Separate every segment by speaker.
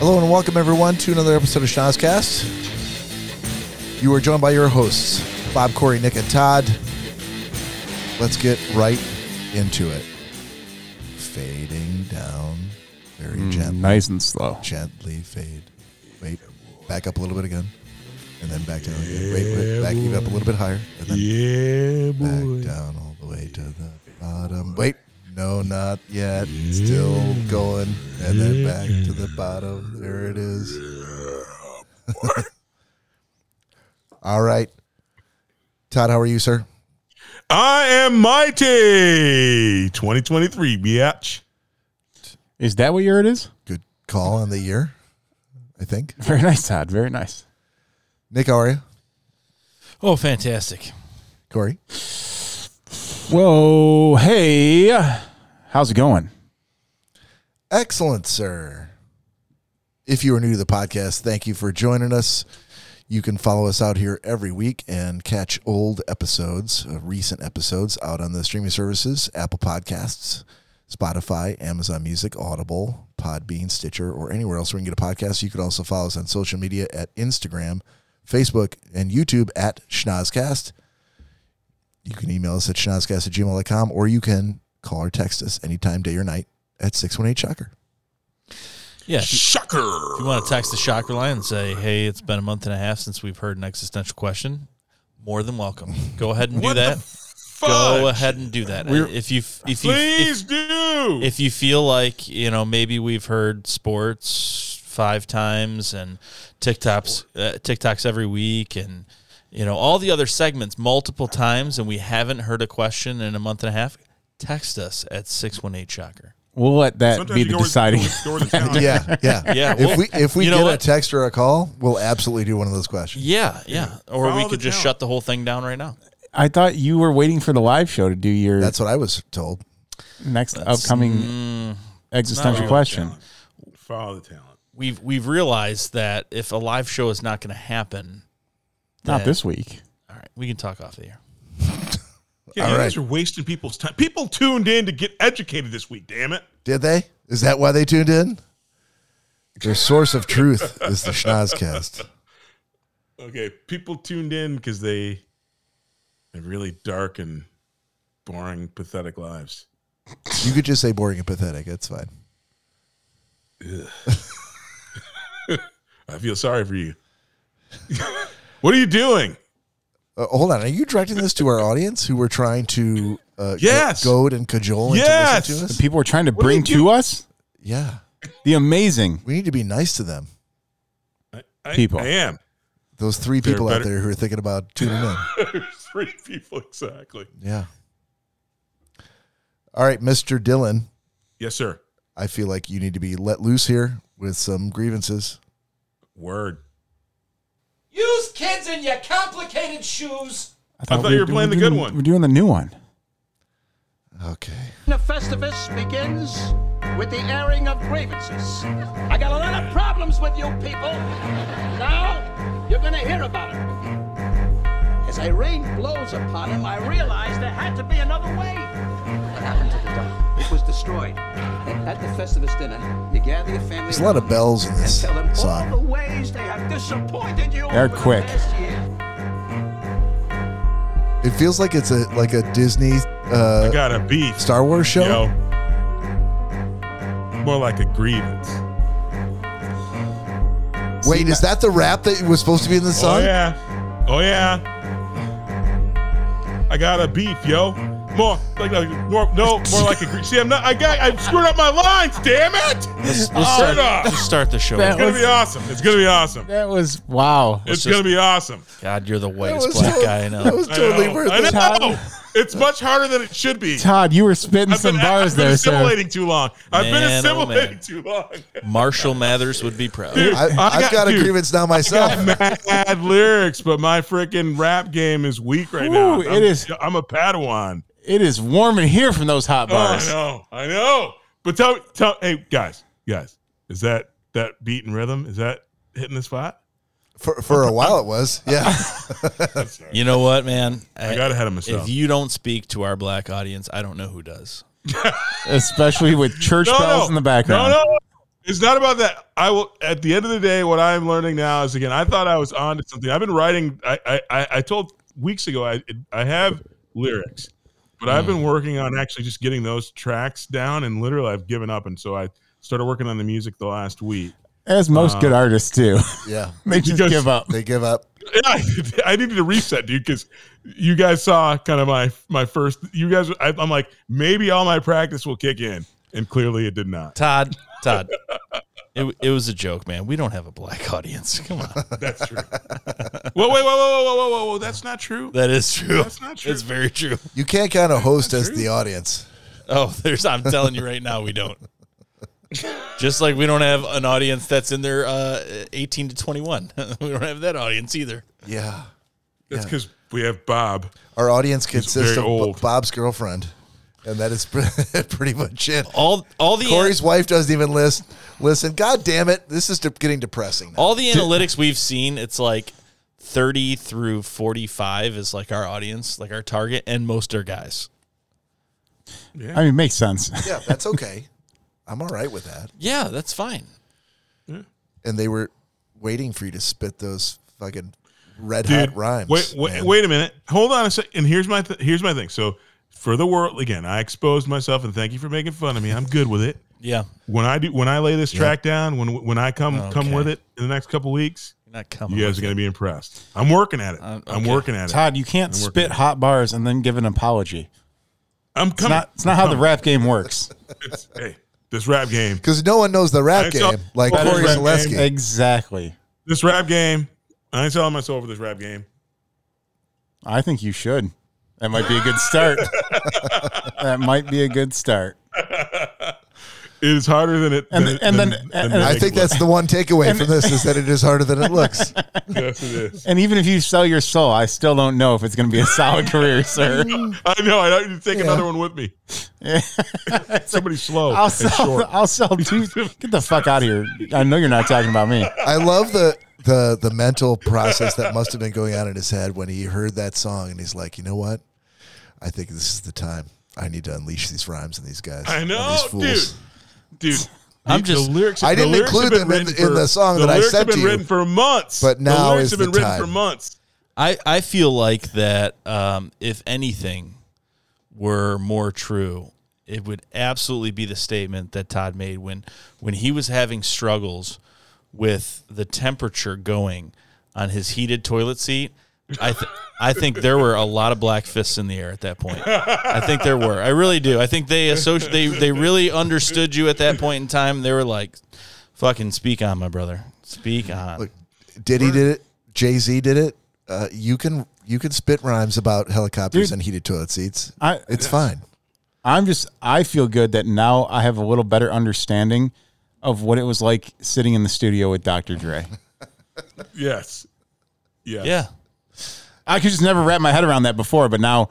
Speaker 1: welcome everyone to another episode of Schnozcast. You are joined by your hosts, Bob, Corey, Nick, and Todd. Let's get right into it. Fading down very
Speaker 2: Mm,
Speaker 1: gently.
Speaker 2: Nice and slow.
Speaker 1: Gently fade. Wait, back up a little bit again. And then back down again. Wait, wait, back even up a little bit higher. And then
Speaker 3: Yeah,
Speaker 1: back
Speaker 3: boy.
Speaker 1: down all the way to the bottom. Wait, no, not yet. Still going, and then back to the bottom. There it is. all right, Todd, how are you, sir?
Speaker 3: I am mighty. 2023, biatch.
Speaker 2: Is that what year it is?
Speaker 1: Good call on the year, I think.
Speaker 2: Very nice, Todd. Very nice.
Speaker 1: Nick, how are you?
Speaker 4: Oh, fantastic.
Speaker 1: Corey,
Speaker 2: Whoa, hey, how's it going?
Speaker 1: excellent, sir. If you are new to the podcast, thank you for joining us. You can follow us out here every week and catch old episodes, uh, recent episodes out on the streaming services Apple Podcasts, Spotify, Amazon Music, Audible, Podbean, Stitcher, or anywhere else where you can get a podcast. You can also follow us on social media at Instagram, Facebook, and YouTube at Schnozcast. You can email us at schnozcast at gmail.com or you can call or text us anytime, day or night at 618 Shocker.
Speaker 4: Yeah. If you,
Speaker 3: Shocker.
Speaker 4: if you want to text the shocker line and say, hey, it's been a month and a half since we've heard an existential question, more than welcome. Go ahead and do
Speaker 3: What the
Speaker 4: that.
Speaker 3: Fudge.
Speaker 4: Go ahead and do that.
Speaker 2: We're-
Speaker 4: if you if you if,
Speaker 3: Please do.
Speaker 4: if you feel like, you know, maybe we've heard sports five times and TikToks uh, TikToks every week and you know, all the other segments multiple times and we haven't heard a question in a month and a half, text us at 618 shocker.
Speaker 2: We'll let that
Speaker 3: Sometimes
Speaker 2: be
Speaker 3: you
Speaker 2: the
Speaker 3: go with-
Speaker 2: deciding.
Speaker 3: go with- go with the town.
Speaker 1: Yeah, yeah,
Speaker 4: Yeah,
Speaker 1: If
Speaker 4: well,
Speaker 1: we if we
Speaker 4: you
Speaker 1: get
Speaker 4: know
Speaker 1: a
Speaker 4: what?
Speaker 1: text or a call, we'll absolutely do one of those questions.
Speaker 4: Yeah, yeah. Or
Speaker 3: Follow
Speaker 4: we
Speaker 3: the
Speaker 4: could just
Speaker 3: talent.
Speaker 4: shut the whole thing down right now.
Speaker 2: I thought you were waiting for the live show to do your
Speaker 1: That's what I was told.
Speaker 2: next upcoming mm, existential
Speaker 4: not
Speaker 2: question.
Speaker 3: Talent. Follow the talent.
Speaker 4: We've we've realized that if a live show is not going to happen,
Speaker 2: Not
Speaker 4: Yeah.
Speaker 2: this week.
Speaker 4: all right, we can talk off the air.
Speaker 3: Yeah, you guys are wasting people's time. People tuned in to get educated this week, damn it.
Speaker 1: Did they? Is that why they tuned in? Their source of truth is the Schnozcast.
Speaker 3: Okay, people tuned in because they have really dark and boring, pathetic lives.
Speaker 1: You could just say boring and pathetic. That's fine.
Speaker 3: I feel sorry for you. what are you doing?
Speaker 1: Uh, hold on. Are you directing this to our audience who were trying to uh,
Speaker 3: Yes.
Speaker 1: go- goad and cajole
Speaker 3: Yes.
Speaker 1: into listening to us?
Speaker 2: People were trying to
Speaker 3: do
Speaker 2: bring
Speaker 3: you do?
Speaker 2: to us
Speaker 1: Yeah.
Speaker 2: the amazing.
Speaker 1: We need to be nice to them.
Speaker 3: I, I,
Speaker 2: People.
Speaker 3: I am.
Speaker 1: Those three
Speaker 3: They're
Speaker 1: people out
Speaker 3: better-
Speaker 1: there who are thinking about tuning in.
Speaker 3: Three people exactly.
Speaker 1: Yeah. All right, Mr. Dylan.
Speaker 3: Yes, sir.
Speaker 1: I feel like you need to be let loose here with some grievances.
Speaker 3: Word.
Speaker 5: Use kids in your complicated shoes.
Speaker 3: thought you were playing the
Speaker 2: doing-
Speaker 3: good one.
Speaker 2: We're doing the new one.
Speaker 1: Okay.
Speaker 6: The Festivus begins with the airing of grievances. I got a lot of problems with you people. Now, you're going to hear about it. As a rain blows upon him, I realized there had to be another way. What happened to the dog? It was destroyed. And at the Festivus dinner, you gather your family.
Speaker 1: There's a lot of
Speaker 6: around
Speaker 1: bells in this
Speaker 6: and tell them all
Speaker 1: song.
Speaker 6: the ways they have disappointed you.
Speaker 2: They're
Speaker 6: over the
Speaker 2: quick.
Speaker 6: past year.
Speaker 1: It feels like it's a like a Disney
Speaker 3: I
Speaker 1: uh,
Speaker 3: got a beef.
Speaker 1: Star Wars show.
Speaker 3: Yo. More like a grievance.
Speaker 1: Wait, is that the rap that was supposed to be in the
Speaker 3: Oh
Speaker 1: song?
Speaker 3: yeah. Oh yeah. I got a beef, yo. More like, like more, no, more like a grievance. See, I'm not. I got. I screwed up my lines. Damn it! It's
Speaker 4: Just start,
Speaker 3: up.
Speaker 4: just start the show.
Speaker 2: That-
Speaker 3: gonna be awesome. It's gonna be awesome.
Speaker 2: That was wow.
Speaker 3: It's gonna be awesome.
Speaker 4: God, you're the
Speaker 1: That
Speaker 4: whitest
Speaker 1: was
Speaker 4: black
Speaker 1: so-
Speaker 4: guy I
Speaker 1: That
Speaker 4: know.
Speaker 1: was totally
Speaker 3: I know.
Speaker 1: worth
Speaker 3: I
Speaker 1: it.
Speaker 3: know.
Speaker 2: Todd.
Speaker 3: It's much harder than it should be.
Speaker 2: Todd, you were spitting
Speaker 3: I've
Speaker 2: some
Speaker 3: been,
Speaker 2: bars
Speaker 3: I've been
Speaker 2: there, sir.
Speaker 3: assimilating too long. I've been
Speaker 4: Man, oh, man.
Speaker 3: assimilating too long.
Speaker 4: Marshall Mathers would be proud.
Speaker 1: I, I've
Speaker 3: I
Speaker 1: got,
Speaker 3: got
Speaker 1: a
Speaker 3: you.
Speaker 1: grievance now myself.
Speaker 3: mad lyrics, but my freaking rap game is weak right now.
Speaker 2: Ooh, it
Speaker 3: I'm-
Speaker 2: is-
Speaker 3: I'm a Padawan.
Speaker 2: It is warm in here from those hot
Speaker 3: Oh, I
Speaker 2: bars.
Speaker 3: know, I know. But tell, tell, hey guys, guys, is that that beat and rhythm? Is that hitting the spot?
Speaker 1: For, for a while it was. Yeah.
Speaker 4: You know what, man?
Speaker 3: I got ahead of myself.
Speaker 4: if you don't speak to our black audience, I don't know who does.
Speaker 2: especially with church bells in the background.
Speaker 3: No, no. It's not about that. I will. At the end of the day, what I'm learning now is again. I thought I was onto something. I've been writing. I I- I, I told weeks ago. I I have lyrics, but I've
Speaker 2: Hmm.
Speaker 3: been working on actually just getting those tracks down. And literally, I've given up. And so I started working on the music the last week.
Speaker 2: As most
Speaker 3: Uh,
Speaker 2: good artists do.
Speaker 1: Yeah.
Speaker 2: they just
Speaker 3: Because-
Speaker 2: give up.
Speaker 1: They give up.
Speaker 3: And I, I needed to reset, dude, because you guys saw kind of my my first. You guys, I, I'm like maybe all my practice will kick in, and clearly it did not.
Speaker 4: Todd, Todd. It, it was a joke, man. We don't have a black audience. Come on,
Speaker 3: That's true. whoa, wait, whoa, whoa, whoa, whoa, whoa, whoa! That's not true.
Speaker 4: that is true.
Speaker 3: That's not true.
Speaker 4: It's very true.
Speaker 1: You can't count a host as the audience.
Speaker 4: Oh, there's. I'm telling you right now, we don't. Just like we don't have an audience that's in their uh, 18 to 21. we don't have that audience either.
Speaker 1: Yeah.
Speaker 3: That's
Speaker 1: Yeah.
Speaker 3: because we have Bob.
Speaker 1: Our audience consists
Speaker 3: very
Speaker 1: of Bo-
Speaker 3: old.
Speaker 1: Bob's girlfriend, and that is pre- pretty much it.
Speaker 4: All all the
Speaker 1: Corey's wife doesn't even list. Listen, God damn it, this is de- getting depressing. Now.
Speaker 4: all the analytics we've seen, it's like 30 through 45 is like our audience, like our target, and most are guys.
Speaker 2: I mean, makes sense.
Speaker 1: Yeah, that's okay. I'm all right with that.
Speaker 4: Yeah, that's fine.
Speaker 1: And they were waiting for you to spit those fucking red
Speaker 3: Dude,
Speaker 1: hot rhymes.
Speaker 3: Wait, wait,
Speaker 1: man.
Speaker 3: wait a minute. Hold on a sec. And here's my th- here's my thing. So for the world again, I exposed myself, and thank you for making fun of me. I'm good with it.
Speaker 4: Yeah,
Speaker 3: When I do, when I lay this track down, when when I come come
Speaker 4: Okay.
Speaker 3: with it in the next couple weeks,
Speaker 4: you're not coming.
Speaker 3: you guys
Speaker 4: with
Speaker 3: are going to be impressed. I'm working at it. I'm
Speaker 4: okay.
Speaker 3: working at it.
Speaker 2: Todd, you can't
Speaker 3: working
Speaker 2: spit
Speaker 3: on it.
Speaker 2: hot bars and then give an apology.
Speaker 3: I'm
Speaker 2: It's
Speaker 3: coming.
Speaker 2: not, it's not how the rap game works.
Speaker 3: It's- hey, this rap game.
Speaker 1: Because no one knows the rap
Speaker 3: That's all-
Speaker 1: game like
Speaker 3: That
Speaker 2: is
Speaker 1: Corey
Speaker 3: rap game.
Speaker 1: Zaleski.
Speaker 2: Exactly.
Speaker 3: This rap game. I ain't selling my soul for this rap game.
Speaker 2: I think you should. That might be a good start. that might be a good start.
Speaker 3: It is harder than it.
Speaker 2: And-
Speaker 3: than it-
Speaker 2: and then- and-
Speaker 3: they
Speaker 1: I
Speaker 3: make
Speaker 1: think
Speaker 3: it look.
Speaker 1: that's the one takeaway from this is that it is harder than it looks.
Speaker 3: yes, it is.
Speaker 2: And even if you sell your soul, I still don't know if it's going to be a solid career, sir.
Speaker 3: I know. I don't need to take
Speaker 1: Yeah.
Speaker 3: another one with me. Somebody slow
Speaker 2: I'll
Speaker 3: and
Speaker 2: sell.
Speaker 3: short.
Speaker 2: I'll sell two. Get the fuck out of here! I know you're not talking about me.
Speaker 1: I love the the the mental process that must have been going on in his head when he heard that song and he's like, you know what? I think this is the time. I need to unleash these rhymes and these guys.
Speaker 3: I
Speaker 1: and
Speaker 3: know,
Speaker 1: these fools."
Speaker 3: dude. Dude,
Speaker 4: I'm just-
Speaker 3: lyrics.
Speaker 1: I didn't
Speaker 3: lyrics have
Speaker 1: include
Speaker 3: been
Speaker 1: them in
Speaker 3: written
Speaker 1: the- in the song that I
Speaker 3: lyrics
Speaker 1: sent
Speaker 3: have been
Speaker 1: to you.
Speaker 3: written for months,
Speaker 1: But now
Speaker 3: the lyrics
Speaker 1: is
Speaker 3: have
Speaker 1: the
Speaker 3: been written
Speaker 1: time.
Speaker 3: for months.
Speaker 4: I, I feel like that um, if anything were more true, it would absolutely be the statement that Todd made when when he was having struggles with the temperature going on his heated toilet seat. I th- I think there were a lot of black fists in the air at that point. I think there were. I really do. I think they associ- they they really understood you at that point in time. They were like, "Fucking speak on, my brother. Speak on."
Speaker 1: Look, Diddy did it. Jay Z did it. Uh, you can you can spit rhymes about helicopters
Speaker 2: Dude.
Speaker 1: and heated toilet seats.
Speaker 2: I-
Speaker 1: it's fine.
Speaker 2: I'm just. I feel good that now I have a little better understanding of what it was like sitting in the studio with Dr. Dre.
Speaker 3: Yes, yes.
Speaker 4: yeah.
Speaker 2: I could just never wrap my head around that before, but now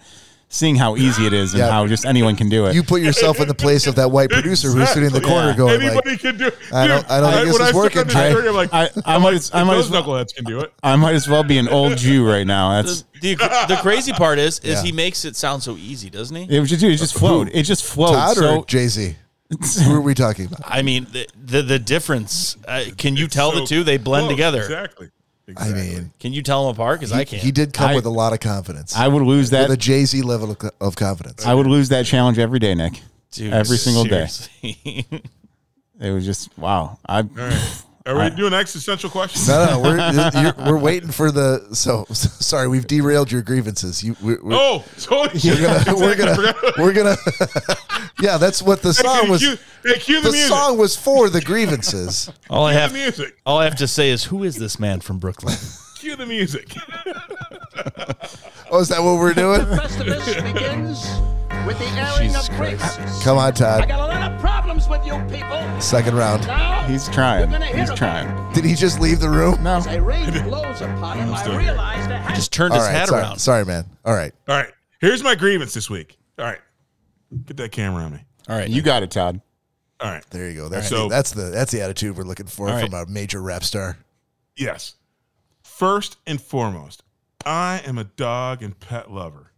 Speaker 2: seeing how easy it is and
Speaker 1: Yeah.
Speaker 2: how just anyone can do it.
Speaker 1: You put yourself in the place of that white producer who's sitting in the corner
Speaker 2: Yeah.
Speaker 1: going like,
Speaker 3: Anybody can do. it.
Speaker 1: I don't-
Speaker 3: Dude,
Speaker 1: I don't think this
Speaker 3: when
Speaker 1: is
Speaker 3: I
Speaker 1: working,
Speaker 3: Under the
Speaker 1: Jay.
Speaker 3: tree, I'm like,
Speaker 2: I, I might. as- I might
Speaker 3: those
Speaker 2: as well.
Speaker 3: knuckleheads can do it.
Speaker 2: I might as well be an old Jew right now. That's.
Speaker 4: the, the, the crazy part is is
Speaker 1: Yeah.
Speaker 4: he makes it sound so easy, doesn't he?
Speaker 2: It was just, dude, it just flowed. It just flowed.
Speaker 1: Todd or
Speaker 2: so
Speaker 1: Jay Z? Who are we talking about?
Speaker 4: I mean, the the, the difference. Uh, can you
Speaker 3: It's
Speaker 4: tell
Speaker 3: so
Speaker 4: the two? They blend
Speaker 3: close.
Speaker 4: together.
Speaker 3: Exactly.
Speaker 1: I
Speaker 3: Exactly.
Speaker 1: mean,
Speaker 4: Can you tell them apart? Because I
Speaker 1: he,
Speaker 4: can't.
Speaker 1: he did come
Speaker 2: I-
Speaker 1: with a lot of confidence,
Speaker 2: I would lose
Speaker 1: with a
Speaker 2: that.
Speaker 1: Jay Z level of, co- of confidence.
Speaker 2: I would lose that challenge every day, Nick.
Speaker 4: Dude,
Speaker 2: every single
Speaker 4: seriously.
Speaker 2: day. It was just wow. I
Speaker 3: Are we doing existential questions?
Speaker 1: no, no, we're you're, we're waiting for the. So sorry, we've derailed your grievances. You, we're, we're,
Speaker 3: Oh, totally.
Speaker 1: we're gonna, we're gonna, we're gonna. yeah, that's what the song was.
Speaker 3: Cue, hey, cue the,
Speaker 1: The
Speaker 3: music.
Speaker 1: song was for the grievances.
Speaker 4: all I
Speaker 3: Cue the
Speaker 4: have,
Speaker 3: music.
Speaker 4: all I have to say is, who is this man from Brooklyn?
Speaker 3: Cue the music.
Speaker 1: Oh, is that what we're doing?
Speaker 6: Festivus begins with the airing
Speaker 4: Jesus
Speaker 6: of
Speaker 4: Christ.
Speaker 6: grievances.
Speaker 1: Come on,
Speaker 6: I
Speaker 1: Todd.
Speaker 6: got a lot of problems with you people.
Speaker 1: Second round.
Speaker 6: Now
Speaker 2: he's trying.
Speaker 6: you're gonna hear
Speaker 2: He's
Speaker 6: about it.
Speaker 2: trying.
Speaker 1: Did he just leave the room?
Speaker 2: No,
Speaker 6: As I rained blows upon him, I realized there had
Speaker 4: Just turned
Speaker 1: All
Speaker 4: his
Speaker 1: right,
Speaker 4: hat
Speaker 1: sorry,
Speaker 4: around.
Speaker 1: sorry, man. All right,
Speaker 3: All right. Here's my grievance this week. All right. Get that camera on me.
Speaker 4: All right,
Speaker 2: you got it, Todd.
Speaker 3: All right.
Speaker 1: there you go. That's
Speaker 3: So-
Speaker 1: the, that's the that's the attitude we're looking for
Speaker 4: right.
Speaker 1: from a major rap star.
Speaker 3: Yes. First and foremost, I am a dog and pet lover.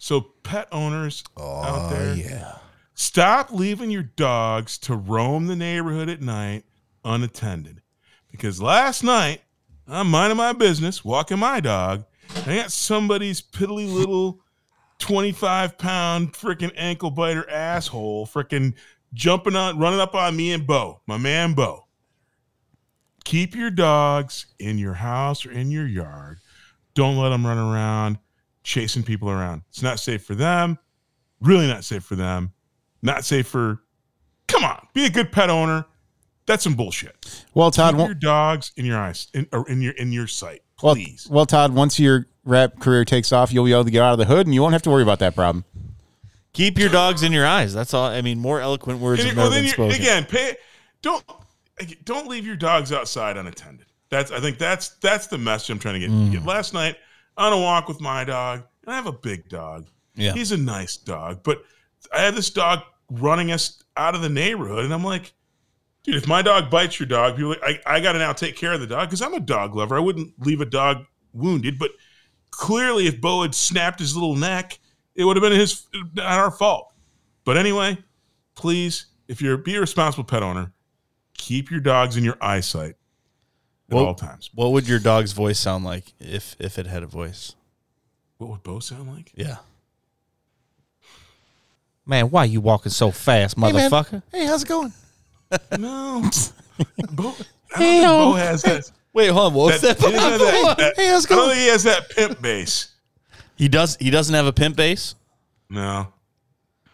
Speaker 3: So, pet owners out
Speaker 1: Oh
Speaker 3: there,
Speaker 1: yeah.
Speaker 3: stop leaving your dogs to roam the neighborhood at night unattended. Because last night, I'm minding my business, walking my dog, and I got somebody's piddly little 25 pound freaking ankle biter asshole freaking jumping on, running up on me and Bo, my man Bo. Keep your dogs in your house or in your yard. Don't let them run around chasing people around. It's not safe for them. Really not safe for them. Not safe for. Come on, be a good pet owner. That's some bullshit.
Speaker 2: Well, Todd,
Speaker 3: Keep
Speaker 2: won't-
Speaker 3: your dogs in your eyes, in, or in your in your sight,
Speaker 2: Well,
Speaker 3: please.
Speaker 2: well, Todd, once your rap career takes off, you'll be able to get out of the hood and you won't have to worry about that problem.
Speaker 4: Keep your dogs in your eyes. That's all. I mean, more eloquent words
Speaker 3: And
Speaker 4: have
Speaker 3: you- well,
Speaker 4: never
Speaker 3: then
Speaker 4: been
Speaker 3: you-
Speaker 4: spoken.
Speaker 3: again, pay, don't don't leave your dogs outside unattended. That's I think that's that's the message I'm trying to get.
Speaker 4: Mm.
Speaker 3: get. Last night on a walk with my dog, and I have a big dog.
Speaker 4: Yeah.
Speaker 3: he's a nice dog, but I had this dog running us out of the neighborhood, and I'm like, dude, if my dog bites your dog, people, I I got to now take care of the dog because I'm a dog lover. I wouldn't leave a dog wounded, but clearly, if Bo had snapped his little neck, it would have been his not our fault. But anyway, please, if you're be a responsible pet owner, keep your dogs in your eyesight at
Speaker 4: Well-
Speaker 3: all times.
Speaker 4: What would your dog's voice sound like if if it had a voice?
Speaker 3: What would Bo sound like?
Speaker 4: Yeah.
Speaker 5: Man, why you walking so fast, motherfucker?
Speaker 1: Hey, how's it going?
Speaker 3: No, Bo, I don't think Bo has that.
Speaker 4: Wait, hold on. What was
Speaker 3: that,
Speaker 4: that?
Speaker 3: he doesn't have that, that-
Speaker 1: Hey, how's it
Speaker 3: I don't
Speaker 1: going?
Speaker 3: think he has that pimp bass.
Speaker 4: He does. He doesn't have a pimp base.
Speaker 3: No,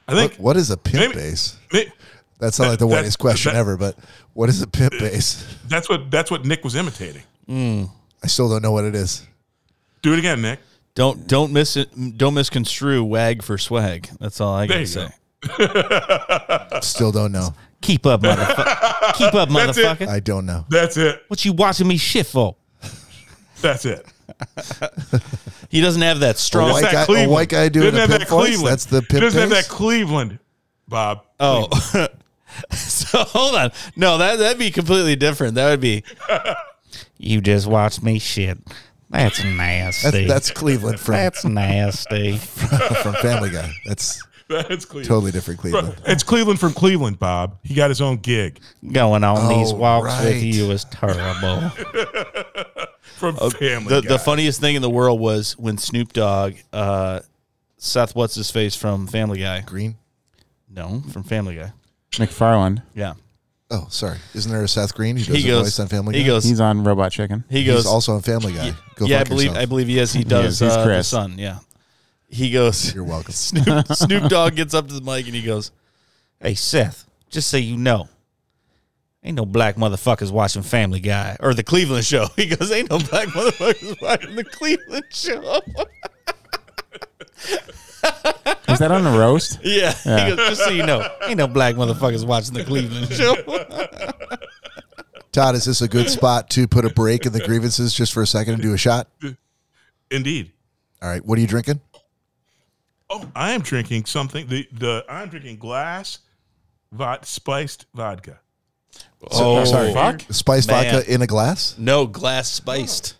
Speaker 3: I think
Speaker 1: What is a pimp
Speaker 3: Maybe-
Speaker 1: base?
Speaker 3: may-
Speaker 1: That sounds like the
Speaker 3: that-
Speaker 1: whitest question
Speaker 3: that-
Speaker 1: ever, but what is a pimp base?
Speaker 3: that's what that's what Nick was imitating.
Speaker 1: I still don't know what it is.
Speaker 3: Do it again, Nick.
Speaker 4: Don't don't miss it. Don't misconstrue wag for swag. That's all I
Speaker 3: There
Speaker 4: gotta
Speaker 3: you
Speaker 4: say.
Speaker 3: go.
Speaker 1: Still don't know.
Speaker 5: Keep up, motherfucker. Keep up,
Speaker 3: That's it.
Speaker 5: motherfucker.
Speaker 1: I don't know.
Speaker 3: That's it.
Speaker 5: What you watching me shit for?
Speaker 3: That's it.
Speaker 4: He doesn't have that
Speaker 1: A
Speaker 4: strong.
Speaker 1: white,
Speaker 3: that
Speaker 1: guy, a
Speaker 3: Cleveland.
Speaker 1: white guy doing
Speaker 3: Doesn't
Speaker 1: a
Speaker 3: have
Speaker 1: pimp
Speaker 3: that
Speaker 1: voice?
Speaker 3: Cleveland.
Speaker 1: That's the pimp
Speaker 3: Doesn't have
Speaker 1: base?
Speaker 3: that Cleveland, Bob.
Speaker 4: Oh, so hold on. No, that that'd be completely different. That would be
Speaker 5: You just watch me shit. That's nasty.
Speaker 1: That's, that's Cleveland from,
Speaker 5: That's nasty.
Speaker 1: from Family Guy. That's
Speaker 3: That's Cleveland.
Speaker 1: totally different
Speaker 3: Bro,
Speaker 1: Cleveland.
Speaker 3: It's Cleveland from Cleveland, Bob. He got his own gig
Speaker 5: Going on these
Speaker 1: Oh,
Speaker 5: walks
Speaker 1: right.
Speaker 5: with you is terrible.
Speaker 3: from Family
Speaker 4: the,
Speaker 3: Guy.
Speaker 4: the funniest thing in the world was when Snoop Dogg, uh, Seth, what's his face from Family Guy?
Speaker 1: Green?
Speaker 4: No, from Family Guy.
Speaker 2: McFarland,
Speaker 4: Yeah,
Speaker 1: Oh, sorry. Isn't there a Seth Green who does
Speaker 4: he
Speaker 1: a
Speaker 4: goes.
Speaker 1: voice on Family Guy?
Speaker 4: he goes.
Speaker 2: he's on Robot Chicken.
Speaker 4: he
Speaker 1: He's
Speaker 4: goes.
Speaker 1: also on Family Guy. Go
Speaker 4: yeah, I
Speaker 1: fuck
Speaker 4: believe
Speaker 1: yourself.
Speaker 4: I believe he is. He does.
Speaker 2: is. He's
Speaker 4: uh, the
Speaker 2: Chris.
Speaker 4: son. Yeah, he goes.
Speaker 1: You're welcome.
Speaker 4: Snoop, Snoop Dogg gets up to the mic and he goes,
Speaker 5: Hey Seth, just so you know, ain't no black motherfuckers watching Family Guy.
Speaker 4: or the Cleveland show. He goes, ain't no black motherfuckers watching the Cleveland show.
Speaker 2: Is that on a roast?
Speaker 4: yeah.
Speaker 2: Yeah.
Speaker 4: He goes, just so you know, ain't no black motherfuckers watching the Cleveland show.
Speaker 1: Todd, is this a good spot to put a break in the grievances just for a second and do a shot?
Speaker 3: Indeed.
Speaker 1: All right. What are you drinking?
Speaker 3: Oh, I am drinking something. The the I'm drinking glass vod, spiced vodka.
Speaker 4: oh,
Speaker 2: sorry.
Speaker 4: fuck.
Speaker 1: Spiced
Speaker 4: Man.
Speaker 1: vodka in a glass?
Speaker 4: No, glass spiced.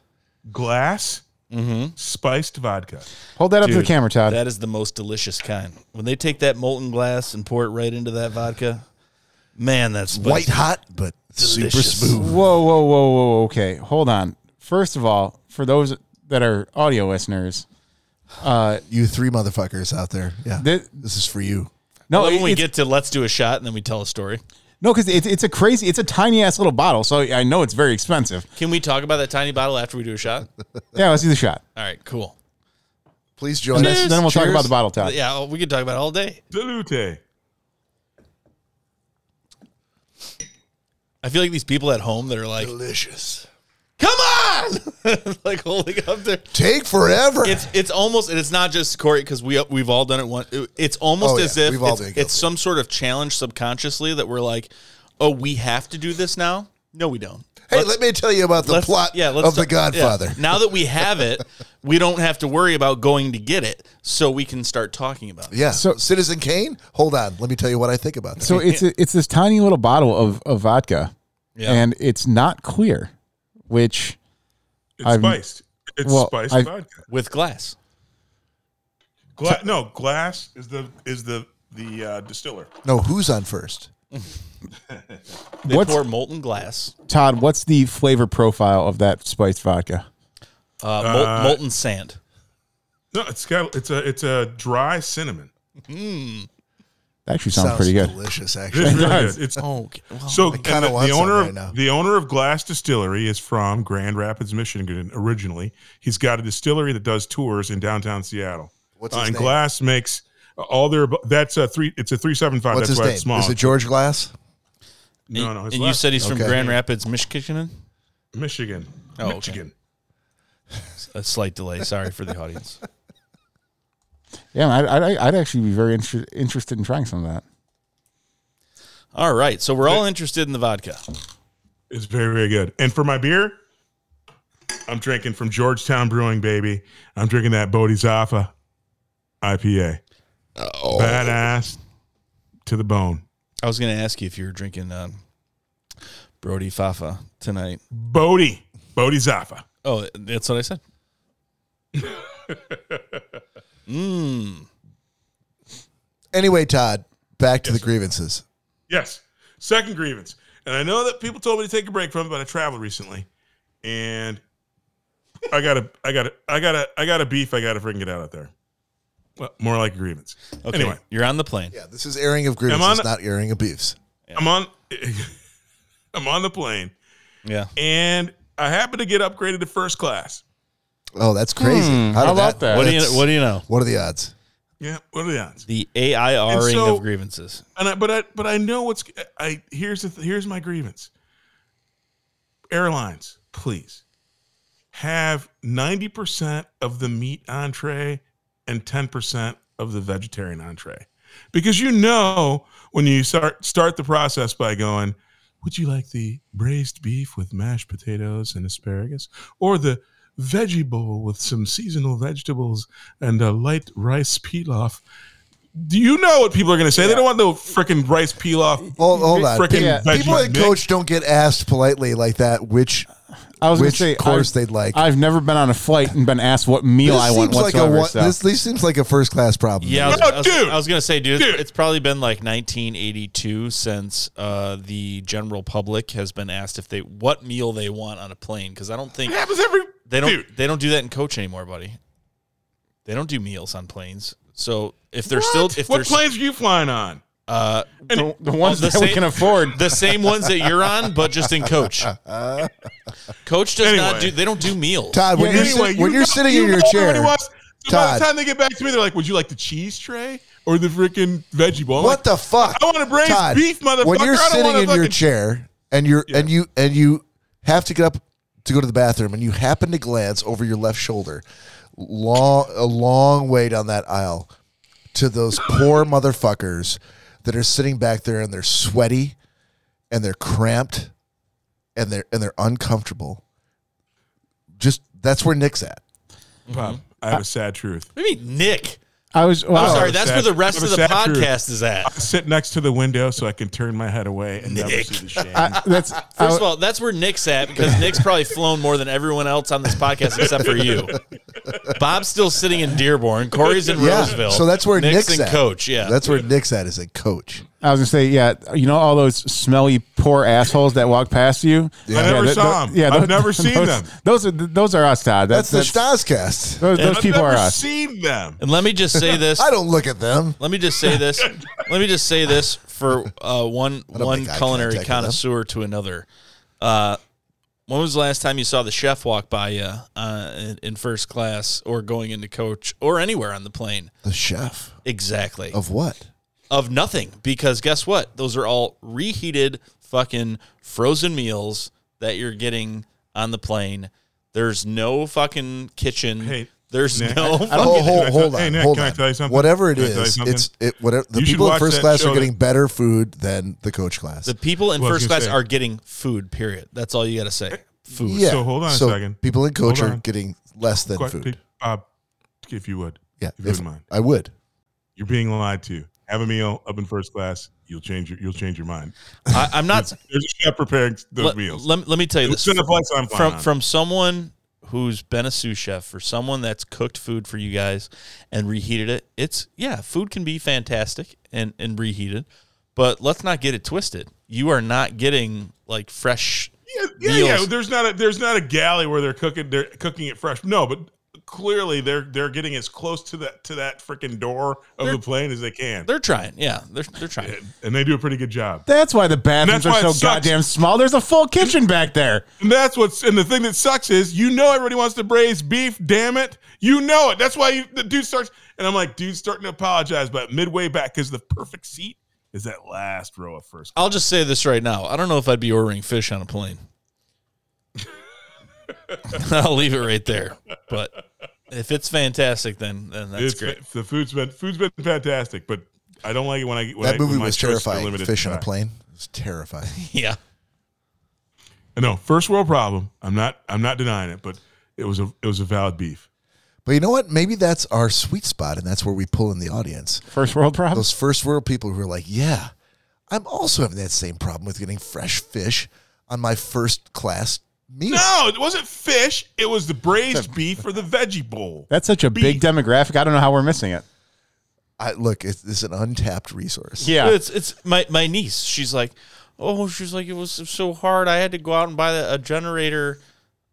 Speaker 3: Glass Mm-hmm. spiced vodka.
Speaker 2: Hold that up to the
Speaker 4: Dude,
Speaker 2: camera, Todd.
Speaker 4: That is the most delicious kind. When they take that molten glass and pour it right into that vodka, man, that's
Speaker 1: White hot, but super
Speaker 4: Delicious.
Speaker 1: smooth.
Speaker 2: whoa, whoa, whoa, whoa. Okay, hold on. First of all, for those that are audio listeners,
Speaker 1: You three motherfuckers out there. Yeah.
Speaker 2: Thi-
Speaker 1: this is for you.
Speaker 2: no,
Speaker 1: Oh,
Speaker 4: Well, when we
Speaker 2: it's-
Speaker 4: get to let's do a shot and then we tell a story.
Speaker 2: no, because it's it's a crazy, it's a tiny ass little bottle, so I know it's very expensive.
Speaker 4: Can we talk about that tiny bottle after we do a shot?
Speaker 2: Yeah, let's do the shot.
Speaker 4: All right, cool.
Speaker 1: Please join
Speaker 2: And
Speaker 1: us.
Speaker 2: then, then we'll talk
Speaker 4: Cheers.
Speaker 2: about the bottle, Todd.
Speaker 4: Yeah, oh, we can talk about it all day.
Speaker 3: Salute.
Speaker 4: I feel like these people at home that are like,
Speaker 1: Delicious.
Speaker 4: "Come on!" like holding up their.
Speaker 1: Take forever.
Speaker 4: It's it's almost and it's not just Corey because we we've all done it one. It's almost
Speaker 1: Oh, yeah.
Speaker 4: as if
Speaker 1: We've all
Speaker 4: it's,
Speaker 1: been guilty.
Speaker 4: it's some sort of challenge subconsciously that we're like, "Oh, we have to do this now." No, we don't.
Speaker 1: hey, let me tell you about the
Speaker 4: Let's-
Speaker 1: plot
Speaker 4: let's
Speaker 1: of The
Speaker 4: talk- yeah.
Speaker 1: Godfather.
Speaker 4: Now that we have it, we don't have to worry about going to get it, so we can start talking about it.
Speaker 1: Yeah.
Speaker 2: So-
Speaker 1: Citizen Kane, hold on. Let me tell you what I think about that.
Speaker 2: So it's a, it's this tiny little bottle of, of vodka,
Speaker 4: Yeah.
Speaker 2: and it's not clear, which
Speaker 3: It's
Speaker 2: I'm-
Speaker 3: spiced. It's
Speaker 2: well,
Speaker 3: spiced
Speaker 2: I've-
Speaker 3: vodka.
Speaker 4: With glass,
Speaker 3: Gla- no, glass is the is the the uh, distiller.
Speaker 1: no, who's on first?
Speaker 4: They
Speaker 2: What's-
Speaker 4: pour molten glass,
Speaker 2: Todd, what's the flavor profile of that spiced vodka?
Speaker 4: uh, mol- molten sand.
Speaker 3: No, it's got it's a it's a dry cinnamon.
Speaker 2: That actually sounds, pretty good.
Speaker 1: Delicious,
Speaker 3: It's
Speaker 1: actually.
Speaker 3: really good. It's
Speaker 4: Oh, okay. Well,
Speaker 3: so
Speaker 1: I
Speaker 3: and
Speaker 1: kinda
Speaker 3: the,
Speaker 1: want
Speaker 3: the
Speaker 1: some
Speaker 3: owner
Speaker 1: right
Speaker 3: of
Speaker 1: now.
Speaker 3: the owner of Glass Distillery is from Grand Rapids, Michigan originally. He's got a distillery that does tours in downtown Seattle.
Speaker 1: What's
Speaker 3: Uh,
Speaker 1: his
Speaker 3: and
Speaker 1: name?
Speaker 3: Glass makes all their that's a three it's a 375
Speaker 1: What's
Speaker 3: that's
Speaker 1: his
Speaker 3: why
Speaker 1: name?
Speaker 3: it's small.
Speaker 1: Is it George Glass?
Speaker 3: no, no, it's
Speaker 4: and you
Speaker 3: less.
Speaker 4: said he's from
Speaker 1: Okay.
Speaker 4: Grand Rapids, Michigan.
Speaker 3: Michigan.
Speaker 4: Oh, okay.
Speaker 3: Michigan.
Speaker 4: A slight delay. Sorry for the audience.
Speaker 2: Yeah, man, I'd, I'd, I'd actually be very inter- interested in trying some of that.
Speaker 4: All right, so we're all interested in the vodka.
Speaker 3: It's very, very good. And for my beer, I'm drinking from Georgetown Brewing, baby. I'm drinking that Bodhisattva IPA. Oh. Badass to the bone.
Speaker 4: I was going to ask you if you were drinking um, Brody Fafa tonight.
Speaker 3: Bodhi. Bodhisattva.
Speaker 4: Oh, that's what I said.
Speaker 1: Anyway, Todd, back to the grievances.
Speaker 3: Yes. Second grievance. And I know that people told me to take a break from it, but I traveled recently. And I gotta I gotta I gotta I gotta beef I gotta freaking get out out there. Well, more like a grievance.
Speaker 4: Okay,
Speaker 3: Anyway.
Speaker 4: you're on the plane.
Speaker 1: Yeah, this is airing of grievances,
Speaker 3: on-
Speaker 1: not airing of beefs.
Speaker 3: I'm on I'm on the plane.
Speaker 4: Yeah.
Speaker 3: and I happened to get upgraded to first class.
Speaker 1: Oh, that's crazy. How, did
Speaker 2: Hmm, about
Speaker 3: Uh,
Speaker 2: that?
Speaker 4: What do you
Speaker 1: that's-
Speaker 4: What do you know?
Speaker 1: What are the odds?
Speaker 3: Yeah, what are the odds?
Speaker 4: The AIRing
Speaker 3: so-
Speaker 4: of grievances.
Speaker 3: And I, but I, but I know what's. I here's the th- here's my grievance. Airlines, please have ninety percent of the meat entree and ten percent of the vegetarian entree, because you know when you start start the process by going, would you like the braised beef with mashed potatoes and asparagus, or the veggie bowl with some seasonal vegetables and a light rice pilaf? Do you know what people are going to say? They don't want the freaking rice pilaf.
Speaker 1: Hold, hold on.
Speaker 3: Frickin'
Speaker 1: Pe-
Speaker 3: veggie
Speaker 1: People at
Speaker 3: mix.
Speaker 1: Coach don't get asked politely like that which
Speaker 2: I was going
Speaker 1: which
Speaker 2: to say,
Speaker 1: course
Speaker 2: I've,
Speaker 1: they'd like.
Speaker 2: I've never been on a flight and been asked what meal I want
Speaker 1: like a
Speaker 2: whatsoever.
Speaker 1: one,
Speaker 2: so-
Speaker 1: this, this seems like a first class problem.
Speaker 4: Yeah, I was,
Speaker 3: No,
Speaker 4: I was-
Speaker 3: dude.
Speaker 4: I was gonna say, dude, it's-
Speaker 3: Dude.
Speaker 4: it's probably been like 1982 since uh, the general public has been asked if they what meal they want on a plane because I don't think
Speaker 3: It happens every.
Speaker 4: they don't
Speaker 3: Dude,
Speaker 4: they don't do that in coach anymore, buddy. They don't do meals on planes. So if they're still if
Speaker 3: what
Speaker 4: there's
Speaker 3: planes are you flying on?
Speaker 4: uh,
Speaker 2: the, the ones
Speaker 4: the
Speaker 2: that we
Speaker 4: same-
Speaker 2: can afford.
Speaker 4: the same ones that you're on, but just in coach. Coach does not
Speaker 3: Anyway.
Speaker 4: do they don't do meals.
Speaker 1: Todd, when
Speaker 3: Yeah,
Speaker 1: you're, sit- when
Speaker 3: you
Speaker 1: you're
Speaker 3: know-
Speaker 1: sitting
Speaker 3: you
Speaker 1: in your
Speaker 3: know
Speaker 1: chair,
Speaker 3: everybody wants- so By
Speaker 1: Todd.
Speaker 3: the time they get back to me, they're like, "Would you like the cheese tray or the freaking veggie bowl?" I'm
Speaker 1: what
Speaker 3: like,
Speaker 1: the fuck?
Speaker 3: I wanna braise
Speaker 1: Todd,
Speaker 3: beef, motherfucker.
Speaker 1: When
Speaker 3: I
Speaker 1: you're
Speaker 3: don't
Speaker 1: sitting
Speaker 3: wanna
Speaker 1: in your
Speaker 3: fucking-
Speaker 1: chair and you're and you and you have to get up to go to the bathroom and you happen to glance over your left shoulder, long a long way down that aisle to those poor motherfuckers that are sitting back there and they're sweaty and they're cramped and they're and they're uncomfortable. Just that's where Nick's at.
Speaker 3: Bob,
Speaker 1: Mm-hmm.
Speaker 3: I have a sad truth.
Speaker 4: What do you mean, Nick?
Speaker 2: I was, wow.
Speaker 4: I'm sorry,
Speaker 3: a
Speaker 4: that's
Speaker 3: Oh, sad-
Speaker 4: where the rest
Speaker 3: I'm a
Speaker 4: of the
Speaker 3: sad truth.
Speaker 4: podcast is at.
Speaker 3: I sit next to the window so I can turn my head away and never
Speaker 4: Nick.
Speaker 3: see the shame.
Speaker 2: I, that's,
Speaker 4: First of all, that's where Nick's at because Nick's probably flown more than everyone else on this podcast except for you. Bob's still sitting in Dearborn. Corey's in
Speaker 1: Yeah,
Speaker 4: Roseville.
Speaker 1: so that's where Nick's
Speaker 4: in
Speaker 1: at.
Speaker 4: Coach. Yeah,
Speaker 1: That's where Nick's at is a coach.
Speaker 2: I was gonna say, yeah, you know all those smelly poor assholes that walk past you. Yeah.
Speaker 3: never
Speaker 2: th-
Speaker 3: saw 'em. I've never seen
Speaker 2: those,
Speaker 3: them.
Speaker 2: Those are those are us, Todd.
Speaker 1: That's,
Speaker 2: That's,
Speaker 1: the
Speaker 2: that's-
Speaker 1: Stazcast.
Speaker 2: Those, those
Speaker 3: I've
Speaker 2: people
Speaker 3: never
Speaker 2: are us.
Speaker 3: seen them.
Speaker 4: and let me just say this.
Speaker 1: I don't look at them.
Speaker 4: Let me just say this. Let me just say this for uh, one
Speaker 1: don't
Speaker 4: one
Speaker 1: make eye
Speaker 4: culinary
Speaker 1: contact with them.
Speaker 4: connoisseur to another. Uh, when was the last time you saw the chef walk by you uh, in, in first class or going into coach or anywhere on the plane?
Speaker 1: The chef
Speaker 4: Exactly.
Speaker 1: of what?
Speaker 4: of nothing because guess what? Those are all reheated fucking frozen meals that you're getting on the plane. There's no fucking kitchen.
Speaker 3: Hey,
Speaker 4: There's
Speaker 3: Nick,
Speaker 4: no.
Speaker 3: I- I don't
Speaker 1: Oh,
Speaker 3: get
Speaker 1: hold, hold
Speaker 3: it. Can I tell-
Speaker 1: on,
Speaker 3: hey, Nick,
Speaker 1: hold
Speaker 3: can I
Speaker 1: on.
Speaker 3: tell you something?
Speaker 1: Whatever it
Speaker 3: Can I tell you
Speaker 1: is,
Speaker 3: something?
Speaker 1: it's it. Whatever the
Speaker 3: You should
Speaker 1: people in
Speaker 3: watch
Speaker 1: first
Speaker 3: that
Speaker 1: class
Speaker 3: show
Speaker 1: are
Speaker 3: that-
Speaker 1: getting better food than the coach class.
Speaker 4: The people in
Speaker 3: Well, I was
Speaker 4: first
Speaker 3: gonna
Speaker 4: class
Speaker 3: say-
Speaker 4: are getting food. Period. That's all you got to say. Food.
Speaker 1: yeah.
Speaker 3: So hold on a second.
Speaker 1: People in coach
Speaker 3: Hold
Speaker 1: are
Speaker 3: on.
Speaker 1: getting less than
Speaker 3: Quite-
Speaker 1: food.
Speaker 3: Bob, if you would,
Speaker 1: Yeah,
Speaker 3: if you
Speaker 1: if-
Speaker 3: wouldn't mind,
Speaker 1: I would.
Speaker 3: you're being lied to. Have a meal up in first class. You'll change your you'll change your mind.
Speaker 4: I, I'm not.
Speaker 3: There's a chef preparing those
Speaker 4: let,
Speaker 3: meals.
Speaker 4: let, let me tell you
Speaker 3: It's
Speaker 4: this.
Speaker 3: in the place I'm flying
Speaker 4: from
Speaker 3: on.
Speaker 4: from someone who's been a sous chef for someone that's cooked food for you guys and reheated it it's yeah food can be fantastic and and reheated But let's not get it twisted. You are not getting like fresh.
Speaker 3: Yeah, yeah, yeah.
Speaker 4: meals.
Speaker 3: There's not a there's not a galley where they're cooking they're cooking it fresh. No, but clearly they're they're getting as close to that to that freaking door of the plane as they can,
Speaker 4: They're trying. Yeah, they're they're trying.
Speaker 3: and they do a pretty good job.
Speaker 2: That's why the bathrooms
Speaker 3: That's why
Speaker 2: are
Speaker 3: it
Speaker 2: so
Speaker 3: sucks.
Speaker 2: goddamn small. There's a full kitchen back there.
Speaker 3: And that's what's and the thing that sucks is you know everybody wants to braise beef. Damn it, you know it. That's why you, the dude starts and I'm like, dude's starting to apologize, but midway back because the perfect seat is that last row of first.
Speaker 4: I'll just say this right now. I don't know if I'd be ordering fish on a plane. I'll leave it right there. But if it's fantastic, then then that's
Speaker 3: It's
Speaker 4: great.
Speaker 3: been- the food's been food's been fantastic, but I don't like it when I when
Speaker 1: That
Speaker 3: I,
Speaker 1: movie
Speaker 3: when my
Speaker 1: was
Speaker 3: choices are
Speaker 1: terrifying.
Speaker 3: limited
Speaker 1: Fish on a
Speaker 3: time.
Speaker 1: plane. It was terrifying.
Speaker 4: Yeah.
Speaker 3: No, first world problem. I'm not. I'm not denying it, but it was a it was a valid beef.
Speaker 1: But you know what? Maybe that's our sweet spot, and that's where we pull in the audience.
Speaker 2: First world problems.
Speaker 1: Those first world people who are like, yeah, I'm also having that same problem with getting fresh fish on my first class meal.
Speaker 3: No, it wasn't fish. It was the braised beef or the veggie bowl.
Speaker 2: That's such a big
Speaker 3: Beef.
Speaker 2: demographic. I don't know how we're missing it.
Speaker 1: I, look, it's, it's an untapped resource.
Speaker 2: Yeah.
Speaker 4: It's it's my, my niece. She's like, oh, she's like, it was so hard. I had to go out and buy a generator,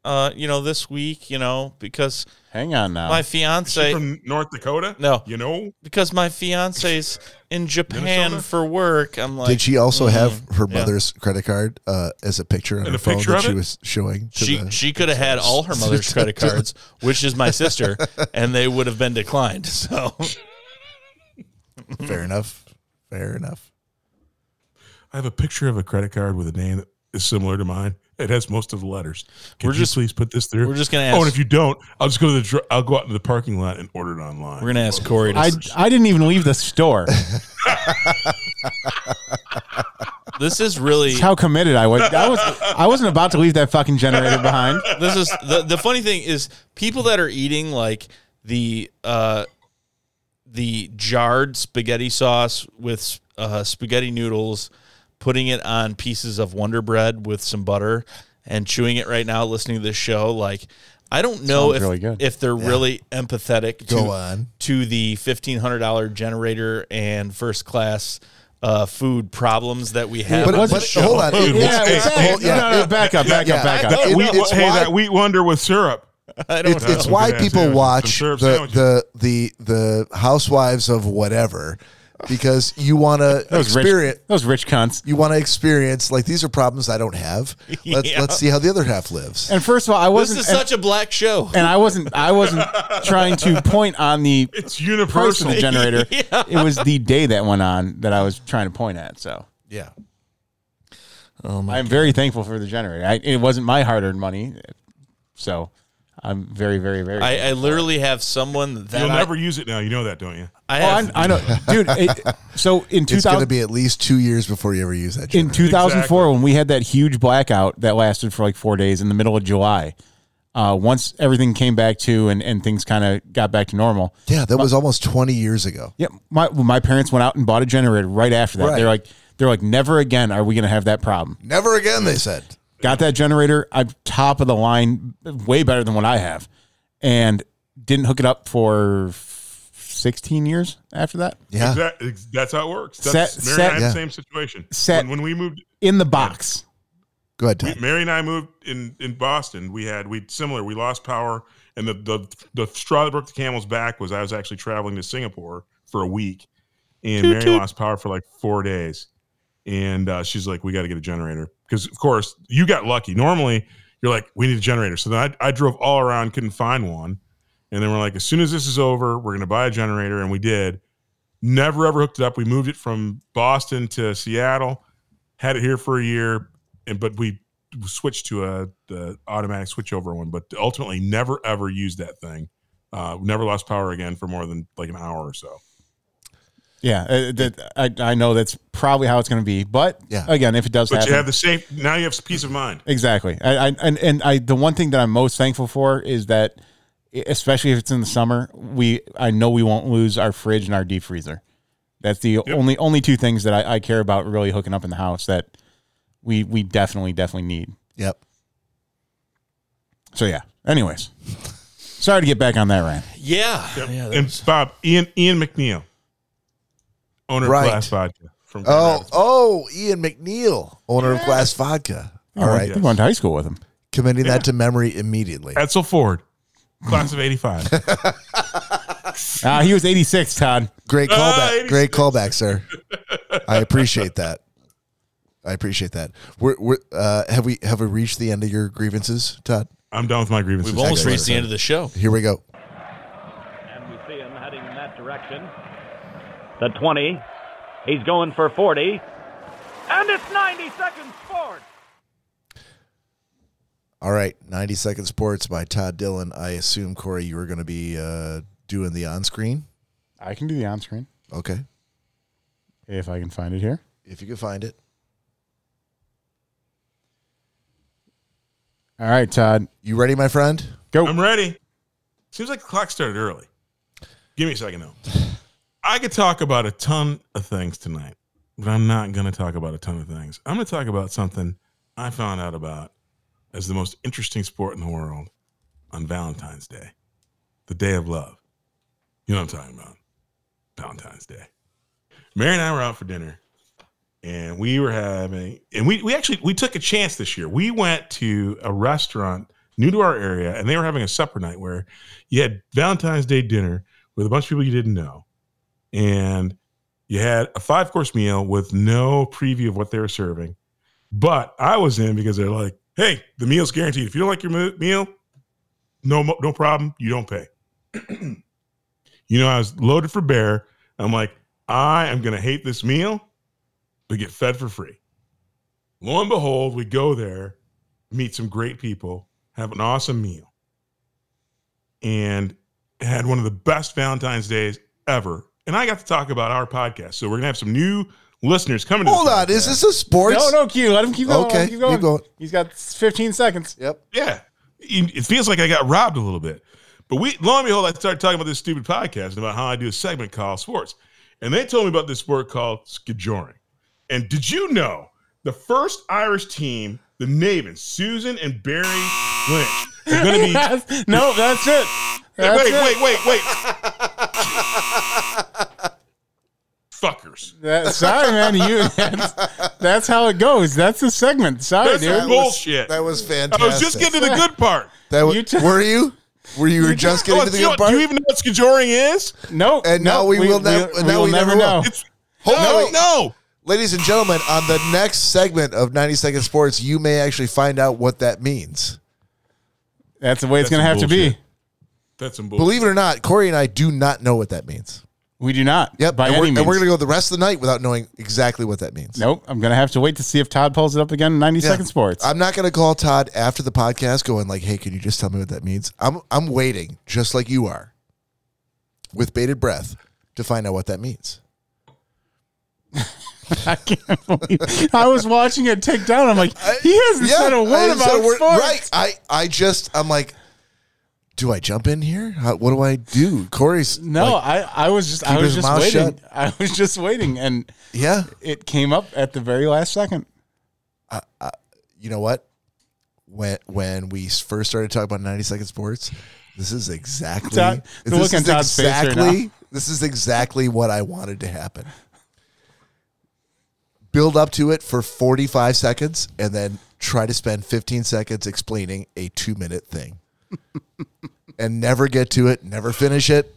Speaker 4: uh, you know, this week, you know, because
Speaker 2: Hang on now.
Speaker 4: my fiance
Speaker 3: From North Dakota.
Speaker 4: No.
Speaker 3: you know.
Speaker 4: because my fiance's in Japan
Speaker 3: Minnesota?
Speaker 4: for work. I'm like,
Speaker 1: Did she also
Speaker 2: mm-hmm.
Speaker 1: have her
Speaker 4: yeah.
Speaker 1: mother's credit card uh, as a picture on
Speaker 3: And
Speaker 1: her
Speaker 3: a
Speaker 1: phone
Speaker 3: picture
Speaker 1: that
Speaker 3: of
Speaker 1: she
Speaker 3: it?
Speaker 1: was showing? To
Speaker 4: She
Speaker 1: the,
Speaker 4: she could have had all her mother's credit cards, which is my sister, and they would have been declined. So
Speaker 1: fair enough. Fair enough.
Speaker 3: I have a picture of a credit card with a name that is similar to mine. It has most of the letters. Can
Speaker 4: We're
Speaker 3: you
Speaker 4: just-
Speaker 3: please put this through.
Speaker 4: we're just gonna
Speaker 3: Oh, and
Speaker 4: ask-
Speaker 3: if you don't, I'll just go to the. dr- I'll go out to the parking lot and order it online.
Speaker 4: we're gonna ask Corey. To,
Speaker 2: I, I didn't even leave the store.
Speaker 4: this is really
Speaker 2: That's how committed I was. I was I wasn't about to leave that fucking generator behind.
Speaker 4: this is the the funny thing is people that are eating like the uh the jarred spaghetti sauce with uh, spaghetti noodles, putting it on pieces of Wonder Bread with some butter, and chewing it right now, listening to this show. Like, I don't know
Speaker 2: Sounds
Speaker 4: if
Speaker 2: really good.
Speaker 4: if they're really empathetic to
Speaker 1: Go on.
Speaker 4: to the fifteen hundred dollar generator and first class uh, food problems that we have.
Speaker 1: But,
Speaker 4: on
Speaker 1: but,
Speaker 4: this show.
Speaker 1: hold on.
Speaker 3: Dude,
Speaker 1: It's-
Speaker 2: Yeah,
Speaker 1: it's-
Speaker 2: exactly.
Speaker 1: hold- yeah,
Speaker 2: no, no, no,
Speaker 1: it-
Speaker 2: back up, back up, back up.
Speaker 1: It-
Speaker 3: That wheat,
Speaker 1: it's
Speaker 3: hey,
Speaker 1: why-
Speaker 3: that wheat wonder with syrup.
Speaker 4: I don't
Speaker 1: it's,
Speaker 4: know.
Speaker 1: it's why
Speaker 3: Good ass
Speaker 1: people
Speaker 3: sandwiches,
Speaker 1: watch
Speaker 3: some syrup
Speaker 1: the, the the the housewives of whatever because you want to
Speaker 2: Those rich,
Speaker 1: experience
Speaker 2: those rich cunts.
Speaker 1: you want to experience like these are problems I don't have. Let's
Speaker 4: Yeah.
Speaker 1: let's see how the other half lives.
Speaker 2: And first of all, I
Speaker 4: This
Speaker 2: wasn't.
Speaker 4: is
Speaker 2: and-
Speaker 4: such a black show.
Speaker 2: and I wasn't I wasn't trying to point on the
Speaker 3: It's
Speaker 2: price of
Speaker 3: universal.
Speaker 2: the generator. It was the day that went on that I was trying to point at. So
Speaker 1: Yeah.
Speaker 2: I'm very thankful for the generator. I, it wasn't my hard-earned money, so I'm very, very, very.
Speaker 4: I, I literally have someone that
Speaker 3: You'll
Speaker 4: I,
Speaker 3: never use it now. You know that, don't you?
Speaker 4: I
Speaker 2: Oh,
Speaker 4: have.
Speaker 2: I, I know, dude. It, so in
Speaker 1: It's going to
Speaker 2: 2000,
Speaker 1: be at least two years before you ever use that.
Speaker 2: in
Speaker 1: generator.
Speaker 2: 2004 when we had that huge blackout that lasted for like four days in the middle of July. Uh, once everything came back to and, and things kind of got back to normal,
Speaker 1: yeah, that was almost twenty years ago.
Speaker 2: Yeah, my well, my parents went out and bought a generator right after that.
Speaker 1: Right.
Speaker 2: They're like they're like never again are we going to have that problem.
Speaker 1: Never again, they said.
Speaker 2: Got that generator, I'm top of the line, way better than what I have, and didn't hook it up for f- 16 years after that.
Speaker 1: Yeah,
Speaker 3: Exactly. Ex- That's how it works. That's,
Speaker 2: Set-
Speaker 3: Mary
Speaker 2: set-
Speaker 3: and I had
Speaker 1: Yeah.
Speaker 3: the same situation.
Speaker 2: Set-
Speaker 3: When, when we moved,
Speaker 2: In the box.
Speaker 1: go ahead, Tom.
Speaker 3: Mary and I moved in in Boston. We had we similar. We lost power, and the the the straw that broke the camel's back was I was actually traveling to Singapore for a week, and Mary lost power for like four days, and uh, she's like, "We got to get a generator," because of course you got lucky. Normally you're like, "We need a generator," so then I, I drove all around, couldn't find one, and then we're like, "As soon as this is over, we're gonna buy a generator," and we did. Never ever hooked it up. We moved it from Boston to Seattle, had it here for a year, and but we switched to a the automatic switchover one, but ultimately never ever used that thing. Uh, never lost power again for more than like an hour or so.
Speaker 2: Yeah, uh, that, I, I know that's probably how it's going to be, but
Speaker 1: Yeah.
Speaker 2: again, if it does
Speaker 3: But
Speaker 2: happen,
Speaker 3: you have the safe now. You have peace of mind.
Speaker 2: Exactly. I, I and and I the one thing that I'm most thankful for is that e, especially if it's in the summer, we I know we won't lose our fridge and our deep freezer. That's the only only two things that I, I care about really hooking up in the house that we we definitely definitely need.
Speaker 1: Yep.
Speaker 2: So yeah. Anyways. Sorry to get back on that rant.
Speaker 4: yeah, yeah. that
Speaker 3: and
Speaker 4: was-
Speaker 3: Bob Ian Ian McNeil, owner
Speaker 1: Right.
Speaker 3: of Glass Vodka, from
Speaker 1: Oh, oh, Ian McNeil, owner of Glass Vodka. All
Speaker 2: I
Speaker 1: right,
Speaker 2: went- I went to high school with him.
Speaker 1: commending that to memory immediately.
Speaker 3: Edsel Ford, class of '85.
Speaker 2: Uh, he was 86, Todd.
Speaker 1: Great
Speaker 3: Ah,
Speaker 1: callback.
Speaker 3: 86.
Speaker 1: Great callback, sir. I appreciate that. I appreciate that. We're, we're uh, have we have we reached the end of your grievances, Todd?
Speaker 3: I'm done with my grievances.
Speaker 4: We've almost
Speaker 1: Exactly.
Speaker 4: reached the end of the show.
Speaker 1: Here we go.
Speaker 7: And we see him heading in that direction. The 20. He's going for 40. And it's 90 seconds forward.
Speaker 1: All right, 90 Second Sports by Todd Dillon. I assume Corey, you were going to be uh, doing the on screen.
Speaker 2: I can do the on screen
Speaker 1: Okay,
Speaker 2: if I can find it here.
Speaker 1: if you can find it,
Speaker 2: All right, Todd.
Speaker 1: you ready, my friend?
Speaker 2: Go.
Speaker 3: I'm ready. Seems like the clock started early. Give me a second though. I could talk about a ton of things tonight, but I'm not going to talk about a ton of things. I'm going to talk about something I found out about as the most interesting sport in the world on Valentine's Day, the day of love. You know what I'm talking about? Valentine's Day. Mary and I were out for dinner and we were having and we, we actually we took a chance this year we went to a restaurant new to our area and they were having a supper night where you had valentine's day dinner with a bunch of people you didn't know and you had a five course meal with no preview of what they were serving but i was in because they're like hey the meal's guaranteed if you don't like your mo- meal no mo- no problem you don't pay you know i was loaded for bear i'm like i am going to hate this meal but get fed for free. Lo and behold, we go there, meet some great people, have an awesome meal, and had one of the best Valentine's days ever. And I got to talk about our podcast. So we're going to have some new listeners coming to
Speaker 1: Hold
Speaker 3: the
Speaker 1: on, is this a sports?
Speaker 2: No, no, Q. Let him keep going. let
Speaker 1: Okay,
Speaker 2: him keep going.
Speaker 1: keep going.
Speaker 2: He's got 15 seconds.
Speaker 1: Yep.
Speaker 3: Yeah. It it feels like I got robbed a little bit. But we, lo and behold, I started talking about this stupid podcast and about how I do a segment called sports. And they told me about this sport called skijoring. And did you know the first Irish team, the Navens, Susan and Barry Lynch, are going to be.
Speaker 2: Yes. no, that's it. That's
Speaker 3: wait,
Speaker 2: it.
Speaker 3: wait, wait, wait. Fuckers.
Speaker 2: That- sorry, man. You. That's, that's how it goes. That's the segment. Sorry,
Speaker 3: That's
Speaker 2: dude.
Speaker 3: it. Bullshit.
Speaker 1: that was fantastic.
Speaker 3: I was just getting to the good part.
Speaker 1: That was,
Speaker 2: You took-
Speaker 1: were you? Were you, were just getting
Speaker 3: Oh,
Speaker 1: to the
Speaker 3: you know-
Speaker 1: good part?
Speaker 3: do you even know what skijoring is?
Speaker 2: No,
Speaker 1: And
Speaker 2: no,
Speaker 1: now we will nev- now we never will.
Speaker 3: It's
Speaker 1: Hold on,
Speaker 3: no,
Speaker 1: wait.
Speaker 3: no.
Speaker 1: Ladies and gentlemen, on the next segment of 90 Second Sports, you may actually find out what that means.
Speaker 2: That's the way it's
Speaker 3: That's
Speaker 2: going to have to
Speaker 3: bullshit.
Speaker 2: be.
Speaker 3: That's some bullshit.
Speaker 1: Believe it or not, Corey and I do not know what that means.
Speaker 2: We do not.
Speaker 1: Yep.
Speaker 2: By
Speaker 1: and,
Speaker 2: any
Speaker 1: we're,
Speaker 2: means.
Speaker 1: and we're going to go the rest of the night without knowing exactly what that means.
Speaker 2: Nope. I'm going to have to wait to see if Todd pulls it up again in 90
Speaker 1: Yeah.
Speaker 2: Second Sports.
Speaker 1: I'm not going to call Todd after the podcast going like, "Hey, can you just tell me what that means?" I'm I'm waiting just like you are with bated breath to find out what that means.
Speaker 2: I can't believe I was watching it take down. I'm like, he hasn't said a
Speaker 1: I said a
Speaker 2: word about
Speaker 1: word-
Speaker 2: sports.
Speaker 1: Right. I I just I'm like do I jump in here? How, what do I do? Corey's
Speaker 2: No,
Speaker 1: like,
Speaker 2: I, I was just I
Speaker 1: keep
Speaker 2: was
Speaker 1: his
Speaker 2: just
Speaker 1: mouth
Speaker 2: waiting.
Speaker 1: shut.
Speaker 2: I was just waiting, and
Speaker 1: yeah.
Speaker 2: it came up at the very last second.
Speaker 1: you know what? When when we first started talking about 90 second sports, this is exactly
Speaker 2: Todd- the
Speaker 1: this
Speaker 2: look on
Speaker 1: is
Speaker 2: Todd's face right
Speaker 1: exactly
Speaker 2: now.
Speaker 1: this is exactly what I wanted to happen. Build up to it for 45 seconds and then try to spend 15 seconds explaining a 2 minute thing. and never get to it, never finish it.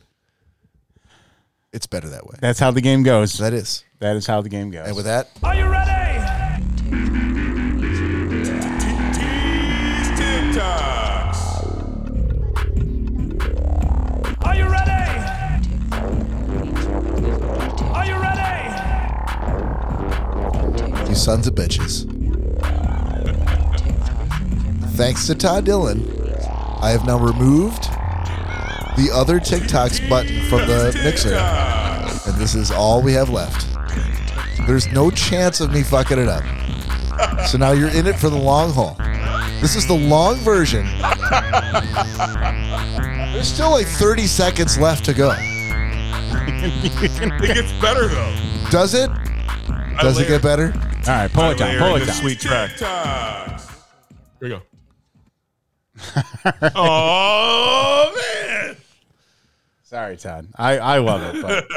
Speaker 1: It's better that way.
Speaker 2: That's how the game goes.
Speaker 1: That is.
Speaker 2: that is how the game goes.
Speaker 1: And with that,
Speaker 7: Are you ready?
Speaker 3: TT's TikToks.
Speaker 7: Are you ready? Are you ready?
Speaker 1: you sons of bitches. Thanks to Todd Dillon, I have now removed the other TikToks button from the mixer. And this is all we have left. There's no chance of me fucking it up. So now you're in it for the long haul. This is the long version. There's still like 30 seconds left to go.
Speaker 3: It gets better though.
Speaker 1: Does it? Does it get better?
Speaker 2: All right, pull it down. Pull it down.
Speaker 3: Sweet track. Here we go. oh man!
Speaker 2: Sorry, Todd. I I love it, but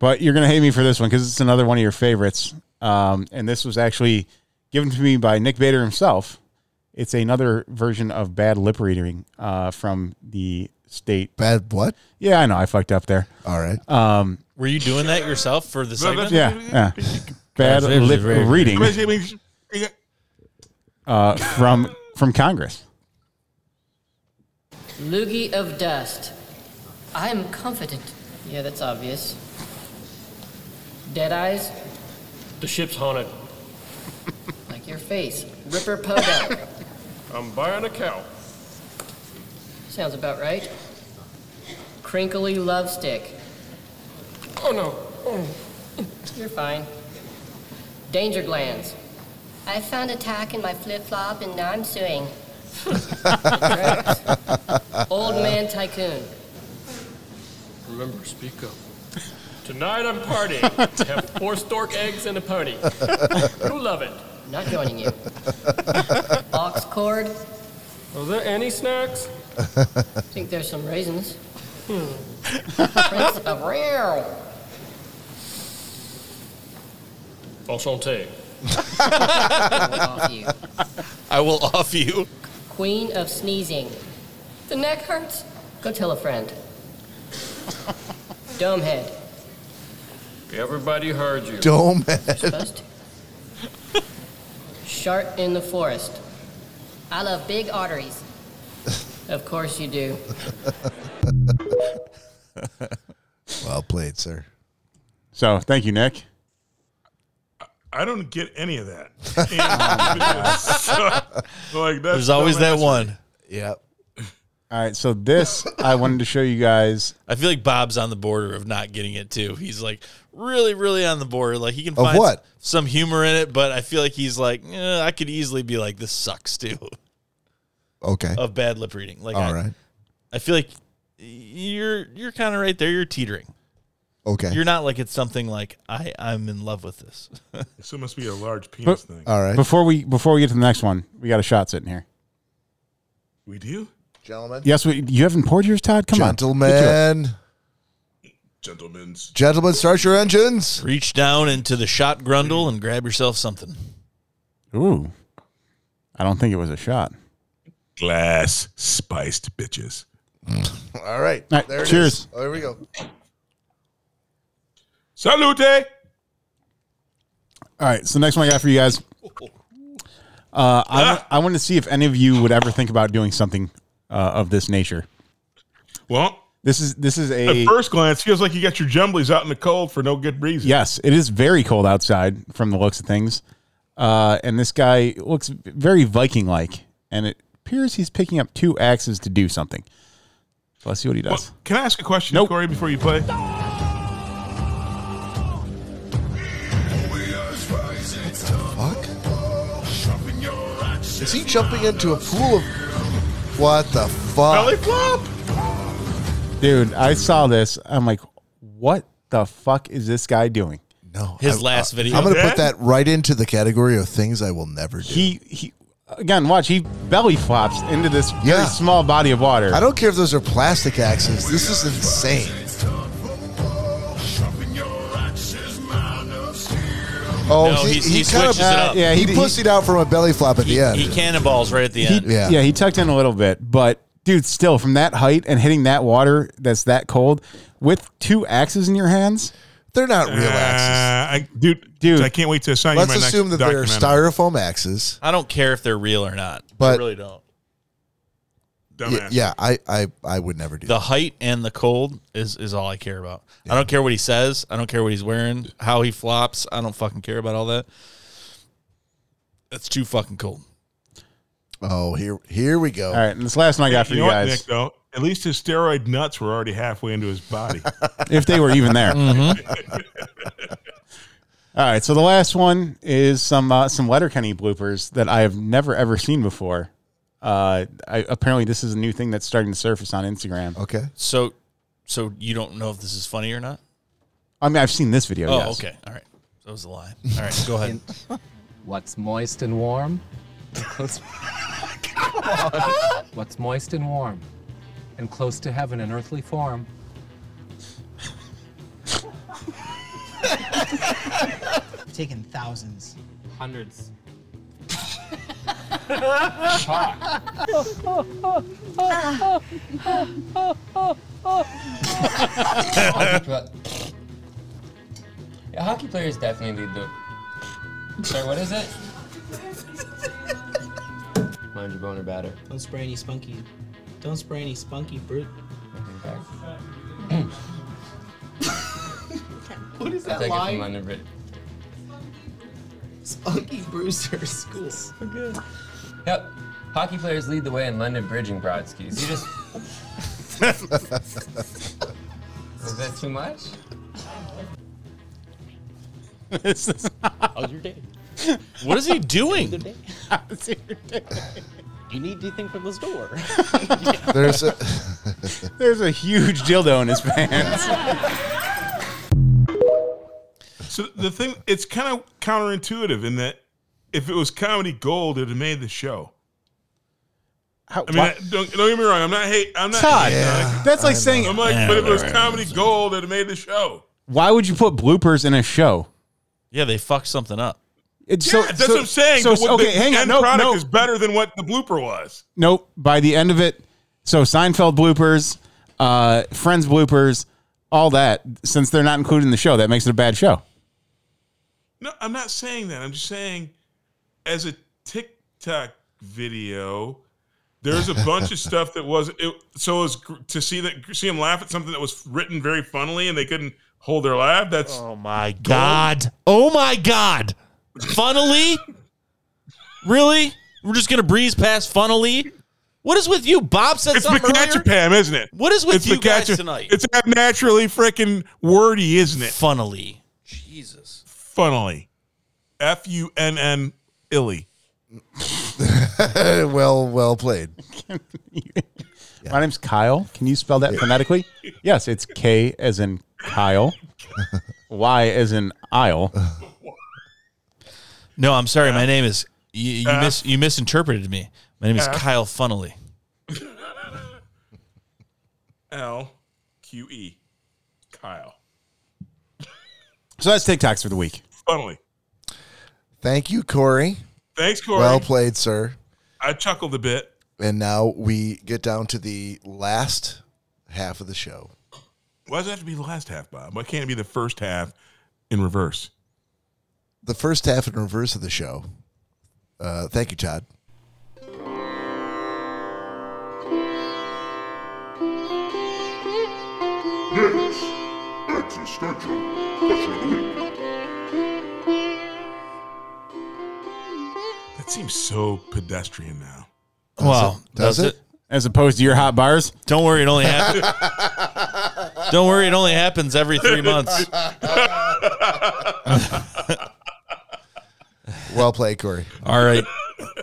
Speaker 2: But you're going to hate me for this one because it's another one of your favorites. Um, and this was actually given to me by Nick Bader himself. It's another version of bad lip reading uh, from the state.
Speaker 1: Bad what?
Speaker 2: Yeah, I know. I fucked up there.
Speaker 1: All right.
Speaker 4: Were you doing that yourself for the segment?
Speaker 2: Yeah. yeah. Bad
Speaker 5: it was
Speaker 2: lip
Speaker 5: very-
Speaker 2: reading uh, from from Congress.
Speaker 8: Loogie of dust. I am confident. Yeah, that's obvious. Dead eyes,
Speaker 9: The ship's haunted.
Speaker 8: like your face. Ripper Pogo.
Speaker 9: I'm buying a cow.
Speaker 8: Sounds about right. Crinkly love stick.
Speaker 9: Oh no.
Speaker 8: You're fine. Danger glands.
Speaker 10: I found a tack in my flip flop and now I'm suing.
Speaker 8: Drugs. Old man tycoon.
Speaker 9: Remember, speak up. Tonight I'm partying. Have four stork eggs and a pony. Who love it?
Speaker 8: Not joining you. Ox cord.
Speaker 9: Are there any snacks? Hmm.
Speaker 8: Think there's some raisins. Prince of Real.
Speaker 9: Enchanté.
Speaker 8: Will off you.
Speaker 4: I will off you.
Speaker 8: Queen of sneezing. The neck hurts. Go tell a friend. Domehead.
Speaker 9: Everybody heard you.
Speaker 1: Dome.
Speaker 8: Supposed to. Shark in the forest.
Speaker 10: I love big arteries.
Speaker 8: Of course you do.
Speaker 1: well played, sir.
Speaker 2: So thank you, Nick.
Speaker 3: I don't get any of that. And- so, like that's
Speaker 4: There's always that
Speaker 3: dumbass-
Speaker 4: one.
Speaker 1: Yep.
Speaker 2: All right, so this I wanted to show you guys.
Speaker 4: I feel like Bob's on the border of not getting it too. He's like really, really on the border. Like he can
Speaker 1: Of
Speaker 4: find
Speaker 1: what?
Speaker 4: s- some humor in it, but I feel like he's like, eh, I could easily be like, this sucks too
Speaker 1: Okay.
Speaker 4: of bad lip reading. Like, I,
Speaker 1: All right.
Speaker 4: I feel like you're you're kind of right there. You're teetering.
Speaker 1: Okay.
Speaker 4: You're not like it's something like I I'm in love with this.
Speaker 3: So it must be a large penis thing.
Speaker 1: All right.
Speaker 2: Before we before we get to the next one, we got a shot sitting here.
Speaker 3: we do,
Speaker 1: Gentlemen.
Speaker 2: Yes, we, you haven't poured yours, Todd. Come on, Get yours.
Speaker 1: Gentlemen.
Speaker 3: gentlemen's.
Speaker 1: Gentlemen, start your engines.
Speaker 4: Reach down into the shot grundle and grab yourself something.
Speaker 2: Ooh, I don't think it was a shot.
Speaker 3: glass spiced bitches.
Speaker 1: All right.
Speaker 2: All right,
Speaker 1: There it is.
Speaker 2: cheers.
Speaker 1: Oh, there we go.
Speaker 3: Salute! eh?
Speaker 2: All right, so next one I got for you guys. Uh, I I want to see if any of you would ever think about doing something uh, of this nature.
Speaker 3: Well,
Speaker 2: This is this is a
Speaker 3: at first glance, feels like you got your jumblies out in the cold for no good reason.
Speaker 2: yes. It is very cold outside from the looks of things, uh, and this guy looks very Viking like, and it appears he's picking up two axes to do something. So let's see what he does.
Speaker 3: Well, can I ask a question,
Speaker 2: Nope.
Speaker 3: Corey, before you play?
Speaker 1: Fuck. Is he jumping into a pool of. What the
Speaker 3: Belly
Speaker 1: fuck?
Speaker 3: flop!
Speaker 2: Dude, I saw this. I'm like, what the fuck is this guy doing?
Speaker 1: No.
Speaker 4: His
Speaker 1: I-
Speaker 4: last video.
Speaker 1: I'm going to
Speaker 3: Yeah.
Speaker 1: put that right into the category of things I will never do.
Speaker 2: He he again, watch, he belly flops into this
Speaker 1: Yeah.
Speaker 2: very small body of water.
Speaker 1: I don't care if those are plastic axes. This is insane. Oh,
Speaker 4: No,
Speaker 1: he,
Speaker 4: he's-
Speaker 1: he
Speaker 4: he
Speaker 1: kind of
Speaker 4: switches it up.
Speaker 2: yeah,
Speaker 1: he,
Speaker 2: he, he,
Speaker 1: pussied out from a belly flop at the end.
Speaker 4: He cannonballs right at the
Speaker 2: he-
Speaker 4: end.
Speaker 1: Yeah.
Speaker 2: yeah. he tucked in a little bit, but dude, still from that height and hitting that water that's that cold with two axes in your hands.
Speaker 1: They're not real
Speaker 3: Uh,
Speaker 1: axes.
Speaker 3: I, dude,
Speaker 2: Dude.
Speaker 3: I can't wait to assign
Speaker 1: Let's
Speaker 3: you my
Speaker 1: assume that
Speaker 3: next
Speaker 1: they're
Speaker 3: documentary.
Speaker 1: styrofoam axes.
Speaker 4: I don't care if they're real or not. I
Speaker 1: But-
Speaker 4: really don't.
Speaker 1: Yeah,
Speaker 3: Dumbass.
Speaker 1: yeah, I, I, I would never do.
Speaker 4: The height and the cold is is all I care about. I don't care what he says. I don't care what he's wearing. How he flops. I don't fucking care about all that. That's too fucking cold.
Speaker 1: that. Oh, here, here we go.
Speaker 2: All right, and this last one I got for
Speaker 3: You
Speaker 2: you,
Speaker 3: know what, Nick,
Speaker 2: guys.
Speaker 3: though? At least his steroid nuts were already halfway into his body.
Speaker 2: if they were even there. All right, so the last one is some uh, some Letterkenny bloopers that I have never ever seen before. Uh, I, apparently, this is a new thing that's starting to surface on Instagram.
Speaker 1: Okay.
Speaker 4: So, so you don't know if this is funny or not.
Speaker 2: I mean, I've seen this video.
Speaker 4: Oh,
Speaker 2: yes.
Speaker 4: okay. All right. That was a lie. All right. Go ahead.
Speaker 11: What's moist and warm? Close- What's moist and warm? And close to heaven in earthly form.
Speaker 12: I've taken thousands.
Speaker 13: Hundreds.
Speaker 9: Hockey pla- yeah, hockey players definitely need the. Sorry, what is it? Mind your boner batter.
Speaker 12: Don't spray any spunky. Don't spray any spunky brute. what is
Speaker 9: I
Speaker 12: that
Speaker 9: take it
Speaker 12: line?
Speaker 9: from under it.
Speaker 12: Spunky Brewster School. good.
Speaker 9: Yep. Hockey players lead the way in London bridging broad skis. You just. Is that too much?
Speaker 2: This is-
Speaker 13: How's your day?
Speaker 4: What is he doing?
Speaker 13: How's your day? You need anything from the store?
Speaker 1: There's a-
Speaker 2: There's a huge dildo in his pants.
Speaker 3: So the thing, it's kind of counterintuitive in that if it was comedy gold, it'd have made the show. I mean,
Speaker 2: why-
Speaker 3: I- don't, don't get me wrong. I'm not hate. I'm not.
Speaker 2: Todd,
Speaker 3: hating on it.
Speaker 2: Yeah, that's like I saying- know.
Speaker 3: I'm like,
Speaker 2: Yeah,
Speaker 3: but if it was
Speaker 2: right, right,
Speaker 3: comedy gold, it'd have made the show.
Speaker 2: Why would you put bloopers in a show?
Speaker 4: Yeah, they fucked something up.
Speaker 2: It's
Speaker 3: yeah, that's what I'm saying.
Speaker 2: So,
Speaker 3: but what
Speaker 2: okay,
Speaker 3: the
Speaker 2: hang on.
Speaker 3: end
Speaker 2: No,
Speaker 3: product
Speaker 2: no,
Speaker 3: is better than what the blooper was.
Speaker 2: Nope. By the end of it, so Seinfeld bloopers, uh, Friends bloopers, all that. Since they're not included in the show, that makes it a bad show.
Speaker 3: No, I'm not saying that. I'm just saying, as a TikTok video, there's a bunch of stuff that was it, so it was gr- to see that see him laugh at something that was written very funnily and they couldn't hold their laugh. That's oh
Speaker 4: my God. Oh my God. Funnily? really? We're just going to breeze past funnily? What is with you? Bob said
Speaker 3: It's
Speaker 4: something earlier.
Speaker 3: Pam, isn't it?
Speaker 4: What is with
Speaker 3: it's
Speaker 4: you guys
Speaker 3: McCatcha-
Speaker 4: tonight?
Speaker 3: It's naturally freaking wordy, isn't it?
Speaker 4: Funnily, Jesus,
Speaker 3: funnily, F U N N illy.
Speaker 1: well, well played.
Speaker 2: My name's Kyle. Can you spell that phonetically? Yes, it's K as in Kyle, Y as in aisle.
Speaker 4: No, I'm sorry. My name is you. You,
Speaker 2: Uh.
Speaker 4: mis, you misinterpreted me. My name is
Speaker 3: Uh.
Speaker 4: Kyle Funnily.
Speaker 3: L Q E. Kyle.
Speaker 2: So that's TikToks for the week.
Speaker 3: Funnily.
Speaker 1: Thank you, Corey.
Speaker 3: Thanks, Corey.
Speaker 1: Well played, sir.
Speaker 3: I chuckled a bit.
Speaker 1: And now we get down to the last half of the show.
Speaker 3: Why does it have to be the last half, Bob? Why can't it be the first half in reverse?
Speaker 1: The first half and reverse of the show. Uh, thank you, Todd.
Speaker 14: This existential question of the week.
Speaker 3: That seems so pedestrian now.
Speaker 4: Wow,
Speaker 3: does it?
Speaker 2: As opposed to your hot bars.
Speaker 4: Don't worry, it only happens. Don't worry, it only happens every three months.
Speaker 1: Well played, Corey.
Speaker 4: All right.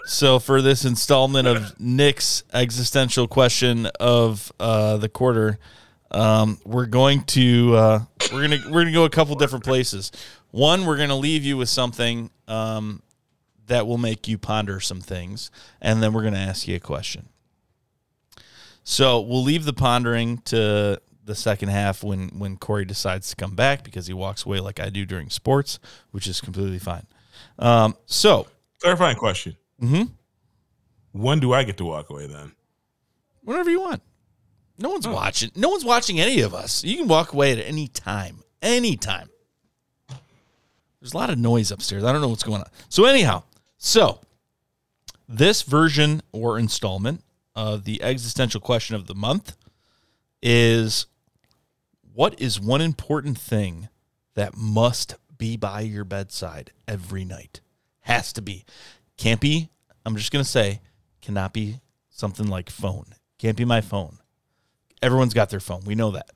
Speaker 4: So for this installment of Nick's existential question of uh, the quarter, um, we're going to uh, we're gonna we're gonna go a couple different places. One, we're gonna leave you with something um, that will make you ponder some things, and then we're gonna ask you a question. So we'll leave the pondering to the second half when when Corey decides to come back because he walks away like I do during sports, which is completely fine. Um, so
Speaker 3: clarifying question.
Speaker 4: hmm
Speaker 3: When do I get to walk away then?
Speaker 4: Whenever you want. No one's watching. No one's watching any of us. You can walk away at any time. Any time. There's a lot of noise upstairs. I don't know what's going on. So anyhow, so this version or installment of the existential question of the month is what is one important thing that must be by your bedside every night? Has to be. Can't be, I'm just going to say, cannot be something like phone. Can't be my phone. Everyone's got their phone. We know that.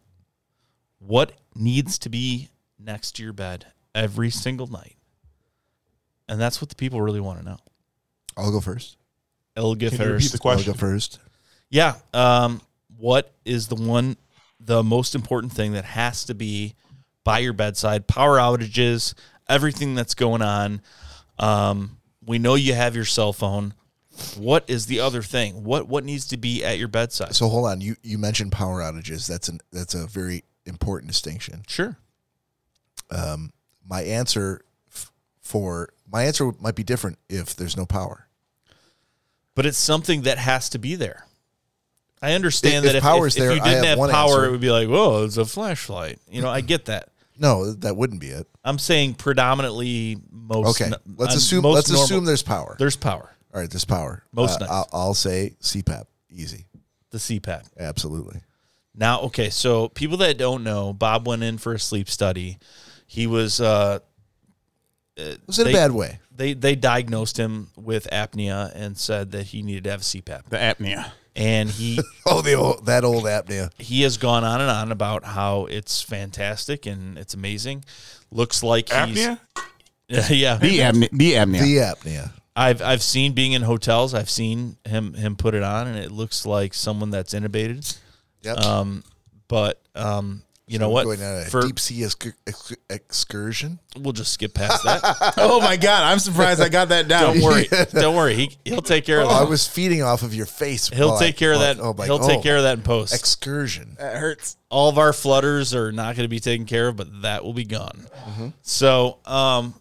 Speaker 4: What needs to be next to your bed every single night? And that's what the people really want to know.
Speaker 1: I'll go first.
Speaker 4: Elga
Speaker 1: Can
Speaker 4: first.
Speaker 1: you repeat the question? Elga first.
Speaker 4: Yeah. Um, what is the one, the most important thing that has to be by your bedside? Power outages, everything that's going on. Um, we know you have your cell phone. What is the other thing? What what needs to be at your bedside?
Speaker 1: So hold on. You you mentioned power outages. That's an that's a very important distinction.
Speaker 4: Sure.
Speaker 1: Um, my answer f- for my answer might be different if there's no power.
Speaker 4: But it's something that has to be there. I understand
Speaker 1: If- if
Speaker 4: that if,
Speaker 1: power's
Speaker 4: if- if
Speaker 1: there,
Speaker 4: you
Speaker 1: I
Speaker 4: didn't
Speaker 1: have
Speaker 4: have,
Speaker 1: one
Speaker 4: power,
Speaker 1: answer.
Speaker 4: it would be like, whoa, it's a flashlight. You know, I get that.
Speaker 1: No, that wouldn't be it.
Speaker 4: I'm saying predominantly most.
Speaker 1: okay,
Speaker 4: n-
Speaker 1: let's
Speaker 4: on
Speaker 1: assume
Speaker 4: most
Speaker 1: let's
Speaker 4: normal-
Speaker 1: assume there's power.
Speaker 4: There's power.
Speaker 1: All right, there's power. Uh,
Speaker 4: Most nights.
Speaker 1: I'll, I'll say CPAP, easy,
Speaker 4: the CPAP.
Speaker 1: absolutely.
Speaker 4: Now, okay, so people that don't know, Bob went in for a sleep study. He was uh, uh,
Speaker 1: Was in a
Speaker 4: they-
Speaker 1: bad way.
Speaker 4: They they diagnosed him with apnea and said that he needed to have CPAP.
Speaker 2: The apnea.
Speaker 4: And he
Speaker 1: Oh, the old, that old apnea.
Speaker 4: he has gone on and on about how it's fantastic and it's amazing. Looks like
Speaker 3: Apnea?
Speaker 4: he's yeah
Speaker 2: The apnea. The apnea.
Speaker 1: The apnea.
Speaker 4: I've I've seen being in hotels. I've seen him him put it on, and it looks like someone that's intubated.
Speaker 1: Yep.
Speaker 4: Um, but um, you know
Speaker 1: So
Speaker 4: what?
Speaker 1: Going on a
Speaker 4: For-
Speaker 1: deep sea excu- excu- excursion.
Speaker 4: we'll just skip past that.
Speaker 2: oh my god, I'm surprised I got that down.
Speaker 4: Don't worry. Don't worry. He he'll take care of
Speaker 1: Oh, I
Speaker 4: that.
Speaker 1: was feeding off of your face.
Speaker 4: He'll
Speaker 1: while I-
Speaker 4: take care of
Speaker 1: while-
Speaker 4: that.
Speaker 1: my- oh,
Speaker 4: he'll take care of Uh, that in post.
Speaker 1: Excursion.
Speaker 2: That hurts.
Speaker 4: All of our flutters are not going to be taken care of, but that will be gone.
Speaker 1: Mhm.
Speaker 4: So, um,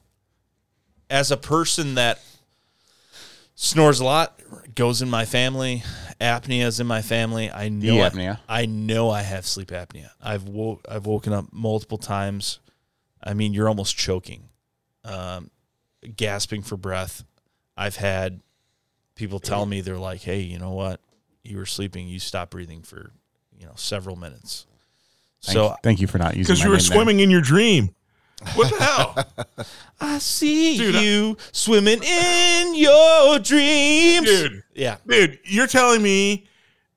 Speaker 4: as a person that snores a lot, goes in my family, apnea is in my family. I know I-
Speaker 2: apnea.
Speaker 4: I know I have sleep apnea. I've wo- I've woken up multiple times. I mean, you're almost choking, um, gasping for breath. I've had people tell me they're like, "Hey, you know what? You were sleeping. You stopped breathing for you know several minutes."
Speaker 2: Thank,
Speaker 4: so
Speaker 2: thank you for not using
Speaker 3: because
Speaker 2: my
Speaker 3: you were
Speaker 2: name there.
Speaker 3: swimming in your dream. What the hell?
Speaker 4: I see
Speaker 3: Dude, I-
Speaker 4: you swimming in your dreams.
Speaker 3: Dude.
Speaker 4: Yeah.
Speaker 3: Dude, you're telling me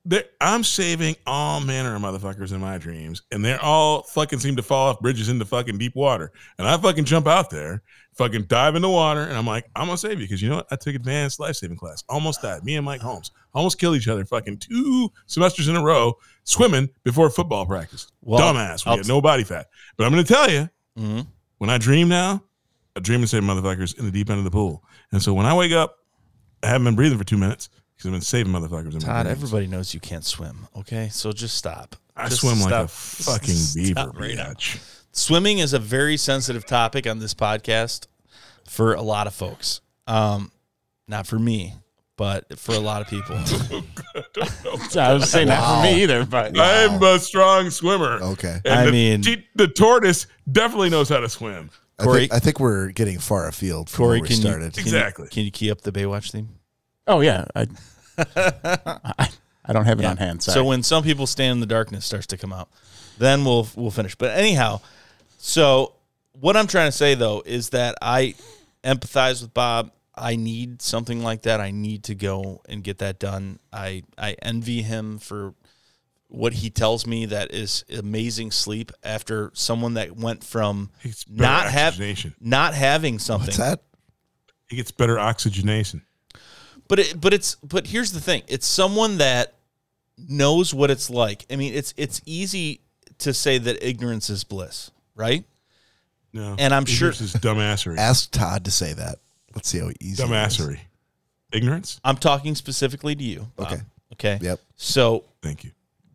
Speaker 3: that I'm saving all manner of motherfuckers in my dreams, and they're all fucking seem to fall off bridges into fucking deep water. And I fucking jump out there, fucking dive in the water, and I'm like, I'm gonna save you because you know what? I took advanced life saving class, almost died. Me and Mike Holmes almost killed each other fucking two semesters in a row swimming before football practice.
Speaker 4: Well,
Speaker 3: Dumbass. We
Speaker 4: I'll
Speaker 3: had
Speaker 4: t-
Speaker 3: no body fat. But I'm gonna tell you,
Speaker 4: Mhm.
Speaker 3: when I dream now, I dream and save motherfuckers in the deep end of the pool. And so when I wake up, I haven't been breathing for two minutes because I've been saving motherfuckers. In my
Speaker 4: Todd,
Speaker 3: dreams.
Speaker 4: everybody knows you can't swim. Okay, so just stop.
Speaker 3: I
Speaker 4: Just
Speaker 3: swim like a
Speaker 4: stop.
Speaker 3: fucking
Speaker 4: Stop
Speaker 3: beaver,
Speaker 4: right now.
Speaker 3: bitch.
Speaker 4: Swimming is a very sensitive topic on this podcast for a lot of folks. Um, not for me, but for a lot of people.
Speaker 2: So I was saying not for me either, but
Speaker 3: I'm a strong swimmer.
Speaker 1: Okay.
Speaker 3: And
Speaker 4: I
Speaker 3: the,
Speaker 4: mean-
Speaker 3: the, the tortoise definitely knows how to swim.
Speaker 1: I,
Speaker 4: Corey-
Speaker 1: think, I think we're getting far afield from
Speaker 4: Corey,
Speaker 1: where we
Speaker 4: can you,
Speaker 1: started.
Speaker 4: can you-
Speaker 3: Exactly.
Speaker 4: Can you key up the Baywatch theme?
Speaker 2: Oh yeah, I, I, I don't have it on hand. Sorry.
Speaker 4: So when some people stand in the darkness starts to come out, then we'll we'll finish. But anyhow, so what I'm trying to say though is that I empathize with Bob. I need something like that. I need to go and get that done. I I envy him for what he tells me that is amazing sleep after someone that went from
Speaker 3: It's better
Speaker 4: not have
Speaker 3: oxygenation.
Speaker 4: not having something
Speaker 1: What's that?
Speaker 3: He gets better oxygenation.
Speaker 4: but it, but it's but here's the thing. It's someone that knows what it's like. I mean, it's it's easy to say that ignorance is bliss, right?
Speaker 3: No,
Speaker 4: And I'm sure-
Speaker 3: this is dumbassery.
Speaker 1: Ask Todd to say that. Let's see how easy. it is.
Speaker 3: dumbassery. Ignorance.
Speaker 4: I'm talking specifically to you. Bob.
Speaker 1: Okay.
Speaker 4: Okay.
Speaker 1: Yep.
Speaker 4: So
Speaker 3: Thank you.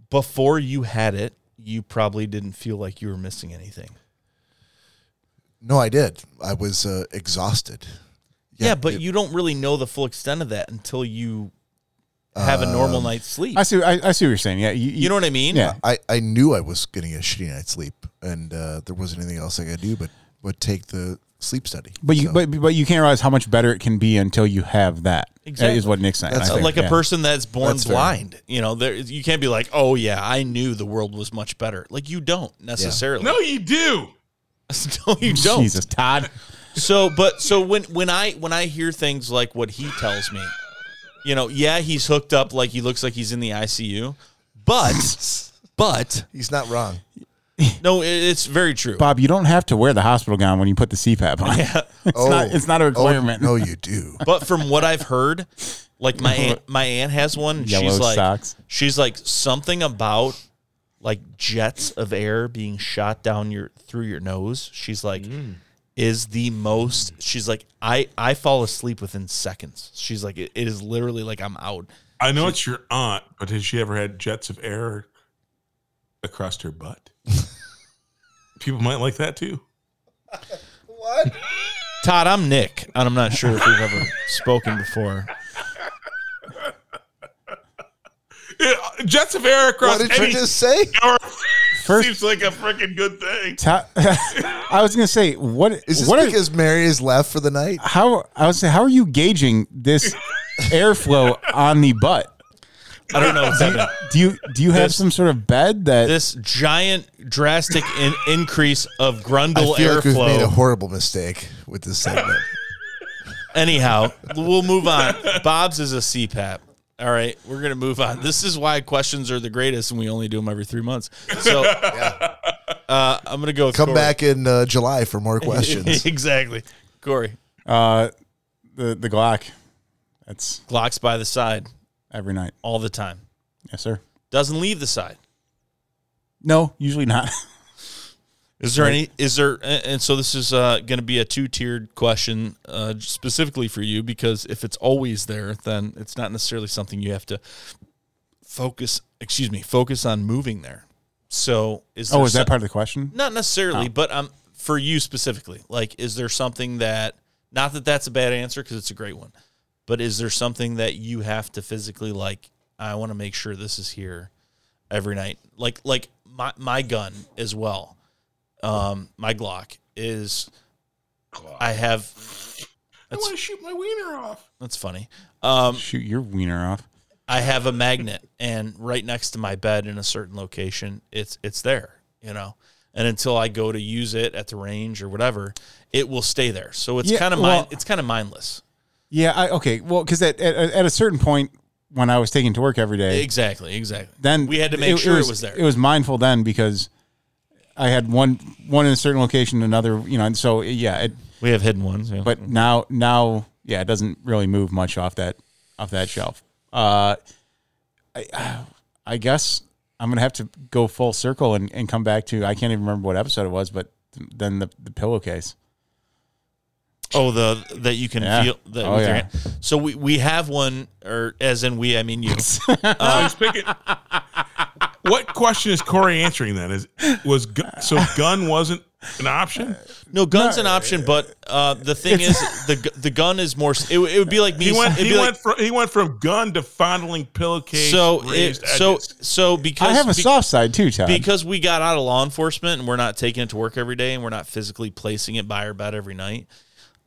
Speaker 4: before you had it, you probably didn't feel like you were missing anything.
Speaker 1: No, I did. I was uh, exhausted.
Speaker 4: Yeah, but
Speaker 1: it-
Speaker 4: you don't really know the full extent of that until you have
Speaker 1: Um,
Speaker 4: a normal night's sleep.
Speaker 2: I see, I, I see what you're saying. Yeah, you,
Speaker 4: you know what I mean?
Speaker 2: Yeah.
Speaker 1: I, I knew I was getting a shitty night's sleep, and uh, there wasn't anything else I could do but but take the sleep study.
Speaker 2: But you,
Speaker 1: So,
Speaker 2: but, but you can't realize how much better it can be until you have that. That
Speaker 4: Exactly.
Speaker 2: is what Nick's saying.
Speaker 1: That's
Speaker 2: I
Speaker 4: Uh,
Speaker 2: think,
Speaker 4: like
Speaker 2: yeah.
Speaker 4: a person that's born
Speaker 1: That's fair.
Speaker 4: blind. You know, there you can't be like, "Oh yeah, I knew the world was much better." Like you don't necessarily.
Speaker 3: No, you do.
Speaker 4: no you don't.
Speaker 2: Jesus, Todd.
Speaker 4: So, but so when when I when I hear things like what he tells me, you know, yeah, he's hooked up, like he looks like he's in the ICU, but but
Speaker 1: he's not wrong.
Speaker 4: no, it, it's very true.
Speaker 2: Bob, you don't have to wear the hospital gown when you put the CPAP on. it's not. It's not a
Speaker 1: Oh,
Speaker 2: requirement.
Speaker 1: no, you do.
Speaker 4: But from what I've heard, like my aunt, my aunt has one. and
Speaker 2: Yellow
Speaker 4: she's like
Speaker 2: socks.
Speaker 4: she's like something about like jets of air being shot down your through your nose. She's like
Speaker 1: Mm.
Speaker 4: is the most she's like I I fall asleep within seconds. She's like it, it is literally like I'm out.
Speaker 3: I know it's your aunt, but has she ever had jets of air across her butt? People might like that too.
Speaker 4: Todd, I'm Nick, and I'm not sure if we've ever spoken before.
Speaker 3: uh, Jets of air across.
Speaker 2: What did you
Speaker 3: any
Speaker 2: just say?
Speaker 3: hour
Speaker 2: First-
Speaker 3: seems like a freaking good thing.
Speaker 2: Ta- I was gonna say what
Speaker 1: Is this
Speaker 2: what are-
Speaker 1: because Mary is left for the night?
Speaker 2: how I was say how are you gauging this airflow on the butt?
Speaker 4: I don't know what's
Speaker 2: Do you-
Speaker 4: happening.
Speaker 2: Do you do you have
Speaker 4: This-
Speaker 2: some sort of bed that
Speaker 4: This giant, drastic in- increase of grundle
Speaker 1: I feel like we've
Speaker 4: airflow.
Speaker 1: made a horrible mistake with this segment.
Speaker 4: Anyhow, we'll move on. Bob's is a CPAP. All right, we're gonna move on. This is why questions are the greatest, and we only do them every three months. So uh, I'm gonna go. With
Speaker 1: Come
Speaker 4: Corey.
Speaker 1: back in uh, July for more questions.
Speaker 4: exactly, Corey.
Speaker 2: uh the the Glock? That's
Speaker 4: Glock's by the side
Speaker 2: every night.
Speaker 4: all the time.
Speaker 2: Yes, sir.
Speaker 4: Doesn't leave the side.
Speaker 2: No, usually not.
Speaker 4: Is there any? Is there? And and so this is uh, going to be a two-tiered question uh, specifically for you because if it's always there, then it's not necessarily something you have to focus. Excuse me, focus on moving there. So is
Speaker 2: Oh,
Speaker 4: there
Speaker 2: is that
Speaker 4: some-
Speaker 2: part of the question?
Speaker 4: Not necessarily,
Speaker 2: Oh.
Speaker 4: but um, for you specifically, like, is there something that? Not that that's a bad answer because it's a great one, but is there something that you have to physically like? I want to make sure this is here every night. Like like my my gun as well. Um, my Glock is. I have.
Speaker 3: I
Speaker 4: That's
Speaker 3: want to shoot my wiener off.
Speaker 4: that's funny. Um,
Speaker 2: Shoot your wiener off.
Speaker 4: I have a magnet, and right next to my bed in a certain location, it's it's there, you know. And until I go to use it at the range or whatever, it will stay there. So it's
Speaker 2: Yeah,
Speaker 4: kind of
Speaker 2: well-
Speaker 4: mind, it's kind of mindless.
Speaker 2: Yeah, I okay. Well, because at, at at a certain point when I was taken to work every day,
Speaker 4: Exactly, exactly.
Speaker 2: then
Speaker 4: we had to make sure it was, there.
Speaker 2: It was mindful then because I had one one in a certain location, another, you know, and so yeah, it,
Speaker 4: we have hidden ones, yeah.
Speaker 2: but now now yeah, it doesn't really move much off that off that shelf. Uh, I I guess I'm gonna have to go full circle and, and come back to I can't even remember what episode it was, but then the the pillowcase.
Speaker 4: Oh, the that you can
Speaker 2: Yeah.
Speaker 4: feel. That
Speaker 2: Oh,
Speaker 4: with your
Speaker 2: yeah.
Speaker 4: hand. So we, we have one, or as in we, I mean you. Uh,
Speaker 3: He's picking. what question is Corey answering? Then is was gu- so gun wasn't an option.
Speaker 4: no, gun's an option, but uh, the thing is, the gu- the gun is more. It, would- it would be like me.
Speaker 3: He went.
Speaker 4: it'd
Speaker 3: He
Speaker 4: be
Speaker 3: went
Speaker 4: like-
Speaker 3: from. He went from gun to fondling pillowcase.
Speaker 4: so it,
Speaker 3: raised
Speaker 4: so
Speaker 3: edges.
Speaker 4: so because
Speaker 2: I have a
Speaker 4: be-
Speaker 2: soft side too, Todd.
Speaker 4: because we got out of law enforcement and we're not taking it to work every day and we're not physically placing it by our bed every night.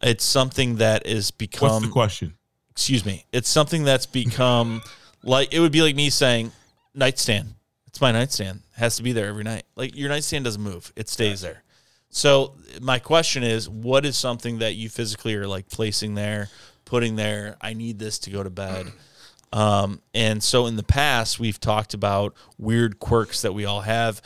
Speaker 4: It's something that is become.
Speaker 3: what's the question?
Speaker 4: Excuse me. It's something that's become like it would be like me saying nightstand. It's my nightstand. It has to be there every night. Like your nightstand doesn't move. It stays there. So my question is, what is something that you physically are like placing there, putting there? I need this to go to bed. Um, and so in the past, we've talked about weird quirks that we all have.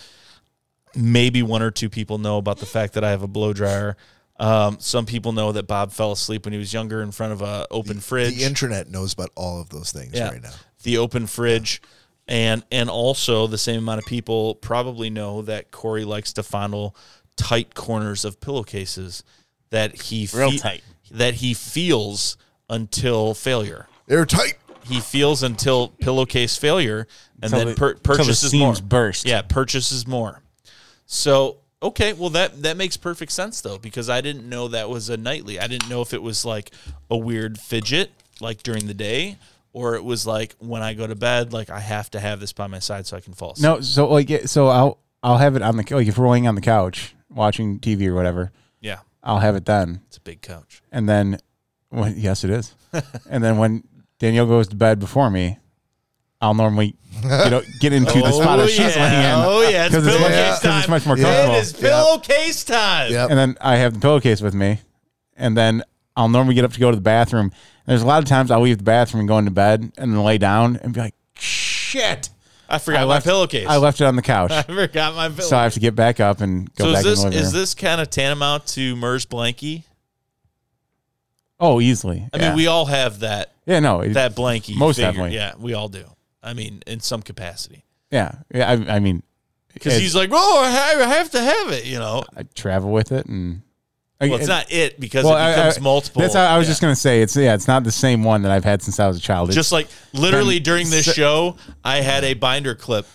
Speaker 4: Maybe one or two people know about the fact that I have a blow dryer. Um, some people know that Bob fell asleep when he was younger in front of a open fridge.
Speaker 1: The internet knows about all of those things
Speaker 4: Yeah.
Speaker 1: right now.
Speaker 4: The open fridge. And and also the same amount of people probably know that Corey likes to fondle tight corners of pillowcases that he
Speaker 5: Real
Speaker 4: fe-
Speaker 5: tight.
Speaker 4: that he feels until failure.
Speaker 1: They're tight.
Speaker 4: He feels until pillowcase failure and
Speaker 2: Until
Speaker 4: then
Speaker 2: the-
Speaker 4: pur-
Speaker 2: until the
Speaker 4: purchases more.
Speaker 2: seams burst.
Speaker 4: Yeah, purchases more. So okay, well that that makes perfect sense though because I didn't know that was a nightly. I didn't know if it was like a weird fidget like during the day or it was like when I go to bed like I have to have this by my side so I can fall asleep.
Speaker 2: No, so like it- so I'll I'll have it on the like if we're laying on the couch watching TV or whatever,
Speaker 4: Yeah,
Speaker 2: I'll have it then.
Speaker 4: it's a big couch.
Speaker 2: And then when yes it is. and then when Danielle goes to bed before me, I'll normally get, o- get into the spot that she's laying in.
Speaker 4: Oh yeah, it's
Speaker 2: 'Cause it's, much-
Speaker 4: pillowcase
Speaker 2: 'cause
Speaker 4: time.
Speaker 2: it's much more
Speaker 4: It
Speaker 2: comfortable.
Speaker 4: is pillowcase time.
Speaker 1: Yep.
Speaker 2: And then I have the pillowcase with me. And then I'll normally get up to go to the bathroom. And there's a lot of times I'll leave the bathroom and go into bed and then lay down and be like, shit.
Speaker 4: I forgot
Speaker 2: I
Speaker 4: my
Speaker 2: left-
Speaker 4: pillowcase.
Speaker 2: I left it on the couch.
Speaker 4: I forgot my pillowcase.
Speaker 2: So I have to get back up and go
Speaker 4: so
Speaker 2: back
Speaker 4: is this
Speaker 2: in the living
Speaker 4: is
Speaker 2: room.
Speaker 4: this kind of tantamount to Mers Blanky?
Speaker 2: oh, easily.
Speaker 4: I
Speaker 2: yeah.
Speaker 4: mean, we all have that
Speaker 2: yeah, no, it-
Speaker 4: that Blanky.
Speaker 2: most
Speaker 4: figure.
Speaker 2: definitely.
Speaker 4: yeah, we all do. I mean, in some capacity,
Speaker 2: yeah, yeah. I, I mean,
Speaker 4: because
Speaker 2: it-
Speaker 4: he's like, "Oh, I have, I have to have it," you know.
Speaker 2: I travel with it, and
Speaker 4: Well, it's
Speaker 2: it-
Speaker 4: not it because
Speaker 2: well, I-
Speaker 4: it becomes
Speaker 2: I-
Speaker 4: multiple.
Speaker 2: That's how I was
Speaker 4: Yeah.
Speaker 2: just gonna say. It's yeah, it's not the same one that I've had since I was a child. It's,
Speaker 4: just like literally
Speaker 2: been
Speaker 4: during this
Speaker 2: se-
Speaker 4: show, I had a binder clip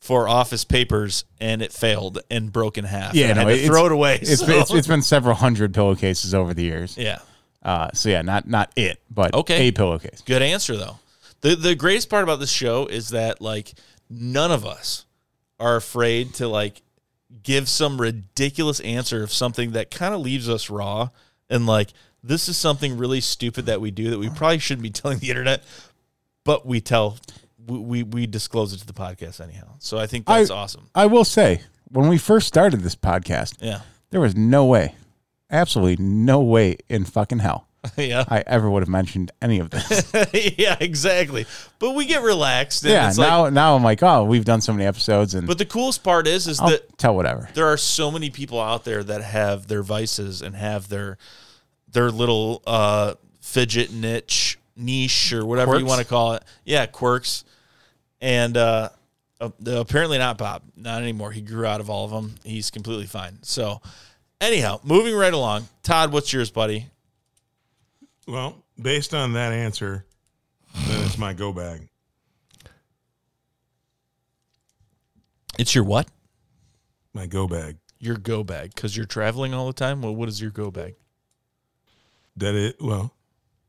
Speaker 4: for office papers and it failed and broke in half.
Speaker 2: Yeah,
Speaker 4: and I
Speaker 2: no,
Speaker 4: had to
Speaker 2: it's-
Speaker 4: throw it away.
Speaker 2: It's,
Speaker 4: so-
Speaker 2: it's, it's been several hundred pillowcases over the years.
Speaker 4: Yeah.
Speaker 2: Uh, so yeah, not not it, but
Speaker 4: okay.
Speaker 2: a pillowcase.
Speaker 4: Good answer though. The the greatest part about this show is that like none of us are afraid to like give some ridiculous answer of something that kind of leaves us raw and like this is something really stupid that we do that we probably shouldn't be telling the internet, but we tell we we, we disclose it to the podcast anyhow. So I think that's
Speaker 2: I,
Speaker 4: awesome.
Speaker 2: I will say, when we first started this podcast,
Speaker 4: Yeah.
Speaker 2: there was no way, absolutely no way in fucking hell,
Speaker 4: Yeah.
Speaker 2: I ever would have mentioned any of this.
Speaker 4: yeah, exactly. But we get relaxed. And
Speaker 2: yeah,
Speaker 4: it's like,
Speaker 2: now now I'm like, oh, we've done so many episodes, and
Speaker 4: But the coolest part is, is
Speaker 2: I'll
Speaker 4: that
Speaker 2: tell whatever.
Speaker 4: there are so many people out there that have their vices and have their their little uh, fidget niche niche or whatever you
Speaker 5: Quirks?
Speaker 4: want to call it. Yeah, quirks. And uh, uh, apparently not Bob, not anymore. He grew out of all of them. He's completely fine. So, anyhow, moving right along. Todd, what's yours, buddy?
Speaker 3: Well, based on that answer, then it's my go bag.
Speaker 4: It's your what?
Speaker 3: My go bag.
Speaker 4: Your go bag, because you're traveling all the time. Well, what is your go bag?
Speaker 3: That it well,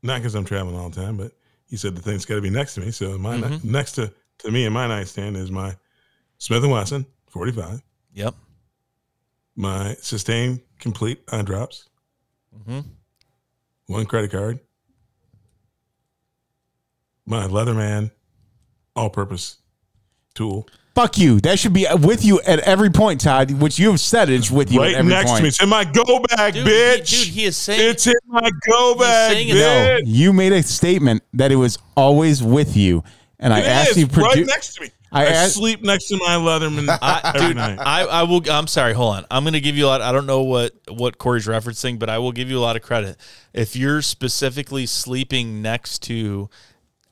Speaker 3: not because I'm traveling all the time, but he said the thing's got to be next to me. So my ni-
Speaker 4: Mhm.
Speaker 3: next to to me in my nightstand is my Smith and Wesson 45.
Speaker 4: Yep.
Speaker 3: My sustained complete on drops.
Speaker 4: hmm
Speaker 3: one credit card, my Leatherman all purpose tool.
Speaker 2: fuck you. That should be with you at every point, Todd. Which you have said is with you
Speaker 3: Right
Speaker 2: at every
Speaker 3: next
Speaker 2: point.
Speaker 3: to me. It's in my go bag,
Speaker 4: Dude,
Speaker 3: bitch.
Speaker 4: He, dude, he is saying
Speaker 3: it's in my go bag,
Speaker 4: saying it
Speaker 2: No,
Speaker 3: bitch.
Speaker 2: you made a statement that it was always with you, and I
Speaker 3: It
Speaker 2: asked
Speaker 3: is
Speaker 2: you produ-
Speaker 3: right next to me.
Speaker 2: I
Speaker 3: I,
Speaker 2: asked-
Speaker 3: sleep next to my Leatherman
Speaker 4: I,
Speaker 3: every
Speaker 4: dude,
Speaker 3: night.
Speaker 4: I, I will. I'm sorry. Hold on. I'm going to give you a lot. I don't know what what Corey's referencing, but I will give you a lot of credit. If you're specifically sleeping next to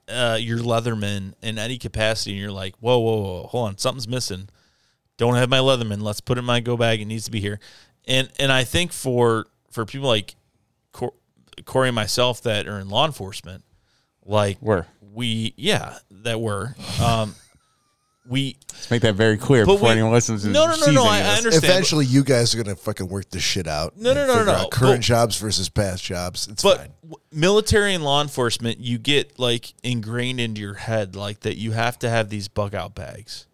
Speaker 4: uh, your Leatherman in any capacity, and you're like, whoa, whoa, whoa, hold on, something's missing. Don't have my Leatherman. Let's put it in my go bag. It needs to be here. And and I think for for people like Cor- Corey and myself that are in law enforcement, like
Speaker 2: Were.
Speaker 4: we yeah that were um, we
Speaker 2: Let's make that very clear
Speaker 4: But
Speaker 2: before
Speaker 4: we-
Speaker 2: anyone listens. and
Speaker 4: no, no, no,
Speaker 2: sees any
Speaker 4: no,
Speaker 2: of
Speaker 4: I- I
Speaker 2: this.
Speaker 4: understand,
Speaker 1: Eventually, you guys are going to fucking work this shit out.
Speaker 4: No, no,
Speaker 1: and
Speaker 4: no, no,
Speaker 1: figure
Speaker 4: no.
Speaker 1: out Current
Speaker 4: But-
Speaker 1: jobs versus past jobs. It's
Speaker 4: but
Speaker 1: fine.
Speaker 4: w- military and law enforcement, you get like ingrained into your head, like that you have to have these bug out bags,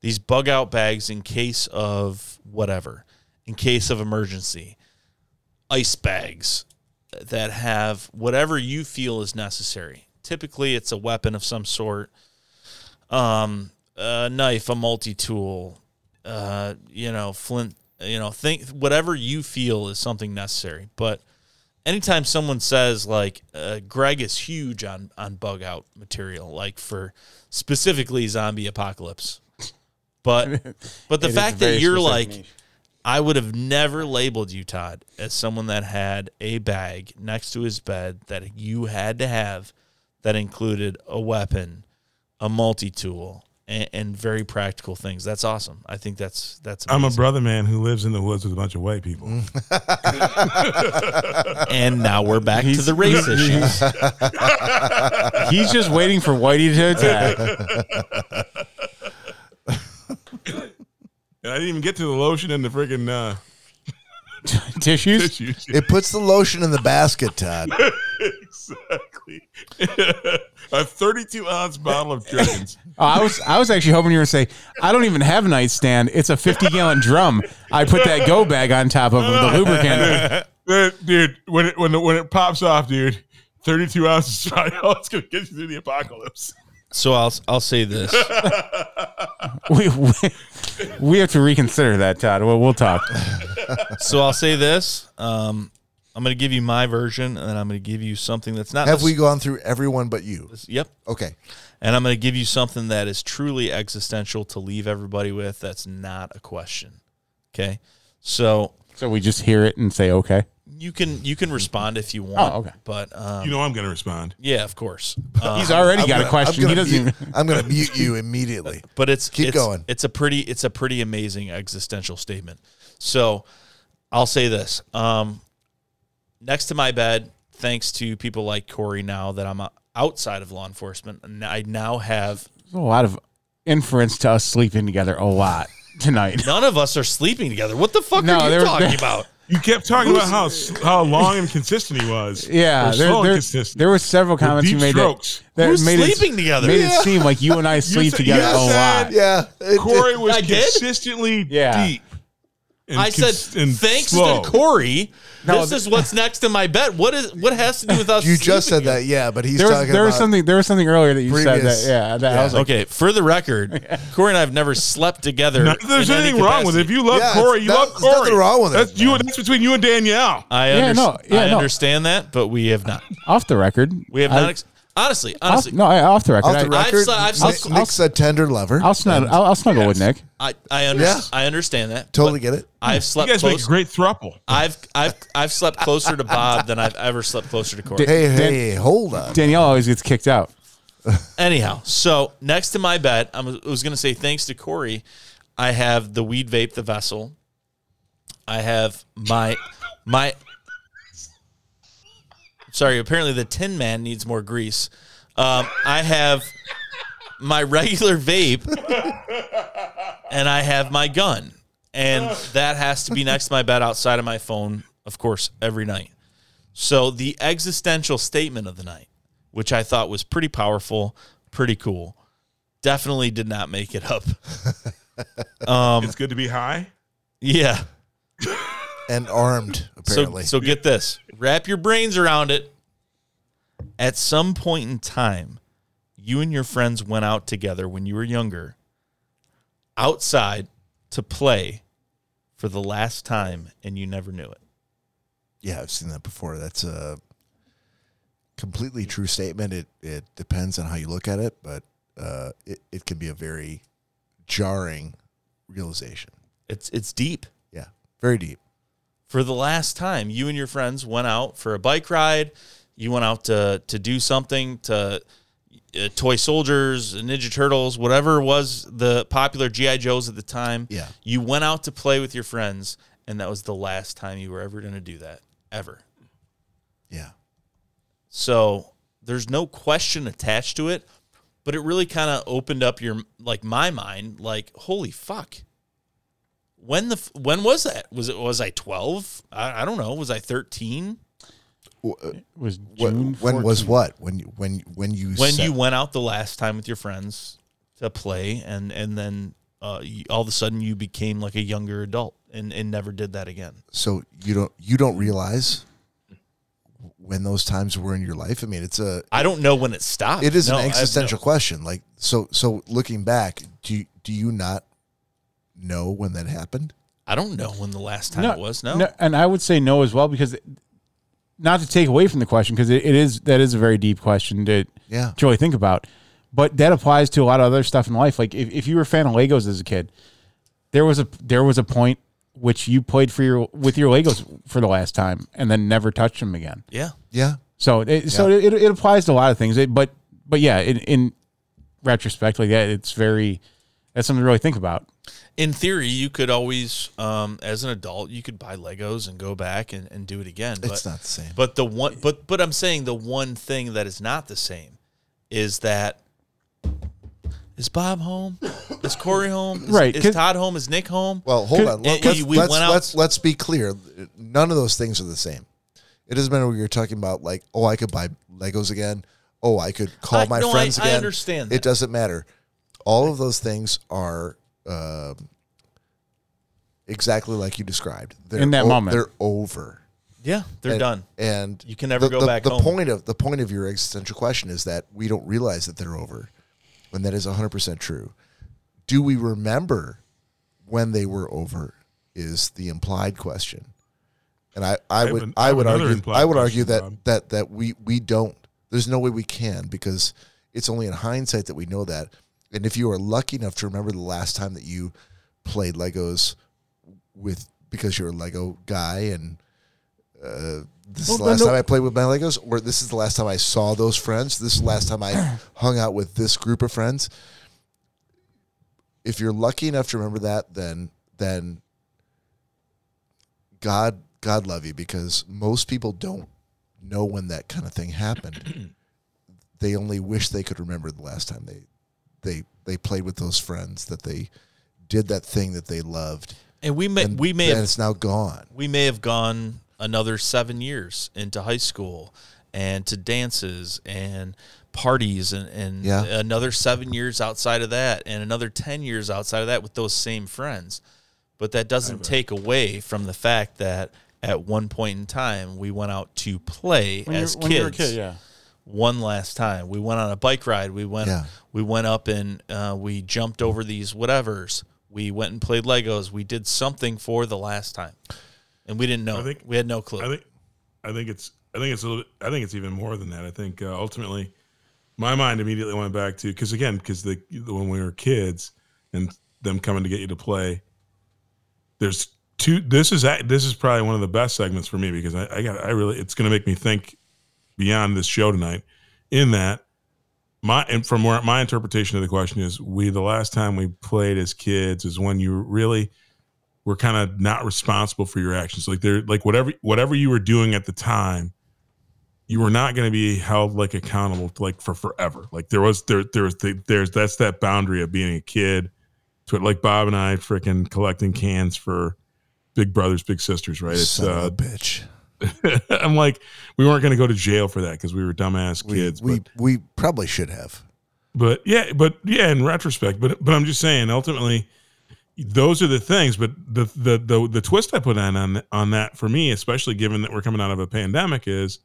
Speaker 4: these bug out bags in case of whatever, in case of emergency, ice bags that have whatever you feel is necessary. Typically, it's a weapon of some sort, um, a knife, a multi tool, uh, you know, flint, you know, think whatever you feel is something necessary. But anytime someone says like uh, Greg is huge on on bug out material, like for specifically zombie apocalypse, but but the
Speaker 2: It is
Speaker 4: fact
Speaker 2: very
Speaker 4: that you're
Speaker 2: specific
Speaker 4: like.
Speaker 2: niche.
Speaker 4: I would have never labeled you, Todd, as someone that had a bag next to his bed that you had to have that included a weapon, a multi tool, and, and very practical things. That's awesome. I think that's that's.
Speaker 3: I'm a
Speaker 4: amazing.
Speaker 3: brother man who lives in the woods with a bunch of white people.
Speaker 4: Mm. and now we're back to
Speaker 2: He's-
Speaker 4: the race
Speaker 2: he's-
Speaker 4: issues.
Speaker 2: He's just waiting for Whitey to attack.
Speaker 3: And I didn't even get to the lotion and the freaking uh,
Speaker 2: Tissues.
Speaker 3: tissues.
Speaker 1: It puts the lotion in the basket, Todd.
Speaker 3: exactly. a 32 ounce bottle of Jergens.
Speaker 2: Oh, I was I was actually hoping you were going to say I don't even have a nightstand. It's a 50 gallon drum. I put that go bag on top of the lubricant.
Speaker 3: dude, dude, when it when it, when it pops off, dude, thirty two ounces of dry alcohol, it's gonna get you through the apocalypse.
Speaker 4: So I'll I'll say this.
Speaker 2: We, we, we have to reconsider that, Todd. Well, we'll talk.
Speaker 4: So I'll say this. Um, I'm going to give you my version, and then I'm going to give you something that's not.
Speaker 1: Have we gone through everyone but you?
Speaker 4: Yep.
Speaker 1: Okay.
Speaker 4: And I'm going to give you something that is truly existential to leave everybody with. That's not a question. Okay. So
Speaker 2: So we just hear it and say okay.
Speaker 4: you can you can respond if you want.
Speaker 2: Oh, okay.
Speaker 4: But um,
Speaker 3: You know I'm gonna respond.
Speaker 4: yeah, of course.
Speaker 2: He's
Speaker 4: Um,
Speaker 2: already
Speaker 1: I'm
Speaker 2: got
Speaker 1: gonna-
Speaker 2: a question.
Speaker 1: I'm gonna
Speaker 2: He doesn't.
Speaker 1: mute-
Speaker 2: Even,
Speaker 1: I'm going to mute you immediately.
Speaker 4: but it's
Speaker 1: Keep
Speaker 4: it's-
Speaker 1: going.
Speaker 4: It's a pretty it's a pretty amazing existential statement. So I'll say this. Um, next to my bed, thanks to people like Corey, now that I'm uh, outside of law enforcement, and I now have
Speaker 2: there's a lot of inference to us sleeping together a lot tonight.
Speaker 4: None of us are sleeping together. What the fuck
Speaker 2: No,
Speaker 4: are you
Speaker 2: there-
Speaker 4: talking
Speaker 2: there-
Speaker 4: about?
Speaker 3: You kept talking about how how long and consistent he was.
Speaker 2: Yeah,
Speaker 3: Or
Speaker 2: there,
Speaker 3: so
Speaker 2: there-
Speaker 3: inconsistent.
Speaker 2: there were several
Speaker 3: With
Speaker 2: comments
Speaker 3: deep
Speaker 2: you made
Speaker 3: strokes.
Speaker 2: that, that
Speaker 3: Who's
Speaker 2: made
Speaker 3: sleeping
Speaker 2: it,
Speaker 3: together?
Speaker 2: made
Speaker 3: Yeah.
Speaker 2: it seem like you and I sleep
Speaker 3: said-
Speaker 2: together
Speaker 3: you
Speaker 2: a
Speaker 3: said
Speaker 2: lot.
Speaker 1: Yeah,
Speaker 3: Corey was
Speaker 4: I did?
Speaker 3: consistently
Speaker 2: Yeah.
Speaker 3: deep. and
Speaker 4: I said
Speaker 3: cons- and
Speaker 4: thanks
Speaker 3: slow."
Speaker 4: to Corey.
Speaker 2: No,
Speaker 4: this
Speaker 2: th-
Speaker 4: is what's next in my bed. What is what has to do with us?
Speaker 1: You just
Speaker 4: sleeping
Speaker 1: said that, yeah, but he's
Speaker 2: There was,
Speaker 1: talking
Speaker 2: there was
Speaker 1: about
Speaker 2: something there was something earlier that you
Speaker 1: previous-
Speaker 2: said that yeah that I was like
Speaker 4: okay, for the record, Corey and I have never slept together.
Speaker 3: Not that there's
Speaker 4: in any
Speaker 3: anything wrong with it. If
Speaker 4: capacity.
Speaker 3: you love
Speaker 1: Yeah, it's-
Speaker 3: Corey, you
Speaker 1: that-
Speaker 3: love
Speaker 1: there's
Speaker 3: Corey.
Speaker 1: nothing wrong with it,
Speaker 3: that's You, that's between you and Danielle.
Speaker 4: I,
Speaker 2: Yeah,
Speaker 4: underst-
Speaker 2: no, yeah,
Speaker 4: I
Speaker 2: no.
Speaker 4: understand that, but we have not.
Speaker 2: off the record
Speaker 4: We have
Speaker 2: I-
Speaker 4: not. Ex- honestly,
Speaker 2: off-
Speaker 4: honestly,
Speaker 2: no I, off the record,
Speaker 1: off the
Speaker 2: I,
Speaker 1: record.
Speaker 4: I've- I've-
Speaker 1: Nick- Nick's a tender lover.
Speaker 2: I'll snuggle I'll, I'll snuggle with Nick
Speaker 4: I I, under-
Speaker 1: Yeah.
Speaker 4: I understand that.
Speaker 1: Totally
Speaker 4: but
Speaker 1: get it.
Speaker 4: I've
Speaker 3: You
Speaker 4: slept
Speaker 3: guys make a
Speaker 4: Uh, close.
Speaker 3: great thruple.
Speaker 4: I've I've I've slept closer to Bob than I've ever slept closer to Corey.
Speaker 1: Hey,
Speaker 2: Dan-
Speaker 1: hey, hold on.
Speaker 2: Danielle always gets kicked out
Speaker 4: Anyhow, so next to my bet, I was, I was going to say thanks to Corey, I have the weed vape, the vessel. I have my my. Sorry, apparently the Tin Man needs more grease. Um, I have my regular vape, and I have my gun, and that has to be next to my bed, outside of my phone, of course, every night. So the existential statement of the night, which I thought was pretty powerful, pretty cool, definitely did not make it up.
Speaker 3: it's good to be high.
Speaker 4: Yeah.
Speaker 1: and armed apparently.
Speaker 4: So, so get this. Wrap your brains around it. At some point in time, you and your friends went out together when you were younger, outside to play for the last time, and you never knew it.
Speaker 1: yeah, I've seen that before. That's a completely true statement. It it depends on how you look at it, but uh, it it can be a very jarring realization.
Speaker 4: It's it's deep.
Speaker 1: Yeah, very deep.
Speaker 4: for the last time you and your friends went out for a bike ride you went out to to do something to uh, toy soldiers ninja turtles whatever was the popular gi joes at the time
Speaker 1: Yeah.
Speaker 4: you went out to play with your friends and that was the last time you were ever going to do that ever
Speaker 1: Yeah,
Speaker 4: so there's no question attached to it but it really kind of opened up your like my mind like holy fuck when the f- when was that was it was i 12 I, I don't know was i 13
Speaker 2: it was
Speaker 1: What-
Speaker 2: June
Speaker 1: uh, when was
Speaker 2: 14th.
Speaker 1: what? When you- when when you
Speaker 4: when
Speaker 1: set-
Speaker 4: you went out the last time with your friends to play and and then uh, you, all of a sudden you became like a younger adult and, and never did that again
Speaker 1: so you don't you don't realize when those times were in your life. I mean, it's a
Speaker 4: i don't know when it stopped
Speaker 1: it is
Speaker 4: No, I
Speaker 1: an
Speaker 4: have no-
Speaker 1: existential question. Like so so looking back, do you, do you not know when that happened?
Speaker 4: i don't know when the last time it was no,
Speaker 2: and I would say no as well because not to take away from the question because it, it is that is a very deep question to
Speaker 1: Yeah.
Speaker 2: to really think about, but that applies to a lot of other stuff in life. Like if, if you were a fan of Legos as a kid, there was a there was a point which you played for your with your Legos for the last time and then never touched them again.
Speaker 4: yeah
Speaker 1: Yeah.
Speaker 2: So it, so it, it applies to a lot of things. It, but but yeah, in, in retrospect, like that, it's very that's something to really think about.
Speaker 4: in theory you could always um, as an adult you could buy legos and go back and, and do it again but,
Speaker 1: It's not the same.
Speaker 4: But the one, but but I'm saying the one thing that is not the same is that is Bob home? Is Corey home? Is,
Speaker 2: Right,
Speaker 4: Is
Speaker 2: 'cause-
Speaker 4: Todd home? Is Nick home?
Speaker 1: Well, hold
Speaker 4: Could-
Speaker 1: on. Let,
Speaker 4: and
Speaker 1: us
Speaker 4: we
Speaker 1: let's,
Speaker 4: went out-
Speaker 1: let's, let's be clear. None of those things are the same. It doesn't matter what you're talking about. Like, oh, I could buy Legos again. Oh, I could call
Speaker 4: I-
Speaker 1: my
Speaker 4: no, I-
Speaker 1: friends
Speaker 4: I
Speaker 1: again.
Speaker 4: understand
Speaker 1: It
Speaker 4: that.
Speaker 1: doesn't matter. All of those things are um, exactly like you described. They're
Speaker 2: In that moment.
Speaker 1: they're over.
Speaker 4: yeah, they're
Speaker 1: And-
Speaker 4: done.
Speaker 1: And
Speaker 4: You can never
Speaker 1: the-
Speaker 4: go
Speaker 1: the-
Speaker 4: back
Speaker 1: The
Speaker 4: home.
Speaker 1: point of the point of your existential question is that we don't realize that they're over, and that is hundred percent true. Do we remember when they were over? Is the implied question, and I, I,
Speaker 3: have
Speaker 1: would
Speaker 3: an- I
Speaker 1: I
Speaker 3: have
Speaker 1: would
Speaker 3: another
Speaker 1: argue
Speaker 3: implied
Speaker 1: I would argue that
Speaker 3: question, Rob.
Speaker 1: that that we we don't. There's no way we can because it's only in hindsight that we know that. And if you are lucky enough to remember the last time that you played Legos with because you're a Lego guy and uh, this is the
Speaker 2: Well,
Speaker 1: last
Speaker 2: no-
Speaker 1: time I played with my Legos, or this is the last time I saw those friends. This is the last time I hung out with this group of friends. If you're lucky enough to remember that, then then God God love you because most people don't know when that kind of thing happened. they only wish they could remember the last time they they they played with those friends that they did that thing that they loved.
Speaker 4: And we may- we may
Speaker 1: and
Speaker 4: have-
Speaker 1: it's now gone.
Speaker 4: we may have gone another seven years into high school and to dances and parties and, and
Speaker 1: Yeah.
Speaker 4: another seven years outside of that and another 10 years outside of that with those same friends. But that doesn't take away from the fact that at one point in time, we went out to play
Speaker 2: When you-
Speaker 4: as
Speaker 2: when
Speaker 4: kids.
Speaker 2: you were a kid, yeah.
Speaker 4: One last time, we went on a bike ride. We went,
Speaker 2: Yeah.
Speaker 4: we went up and uh, we jumped over these whatevers. We went and played Legos. We did something for the last time, and we didn't know.
Speaker 3: I think-
Speaker 4: we had no clue.
Speaker 3: I think, I think it's, I think it's a little, I think it's even more than that. I think uh, ultimately, my mind immediately went back to because again, because the when we were kids and them coming to get you to play, there's two. This is act- this is probably one of the best segments for me because I, I got I really it's going to make me think beyond this show tonight. In that my and from where my interpretation of the question is, we the last time we played as kids is when you really were kind of not responsible for your actions. Like they're like whatever whatever you were doing at the time, you were not going to be held like accountable like for forever. Like there was there there was the, there's that's that boundary of being a kid to it. Like Bob and I freaking collecting cans for Big Brothers Big Sisters, right? It's
Speaker 1: Son of a
Speaker 3: uh,
Speaker 1: bitch.
Speaker 3: I'm like we weren't going to go to jail for that because we were dumbass kids.
Speaker 1: we
Speaker 3: but,
Speaker 1: we probably should have.
Speaker 3: but yeah, but yeah, in retrospect, but but I'm just saying, ultimately, those are the things. But the the the, the twist I put on, on on that for me, especially given that we're coming out of a pandemic, is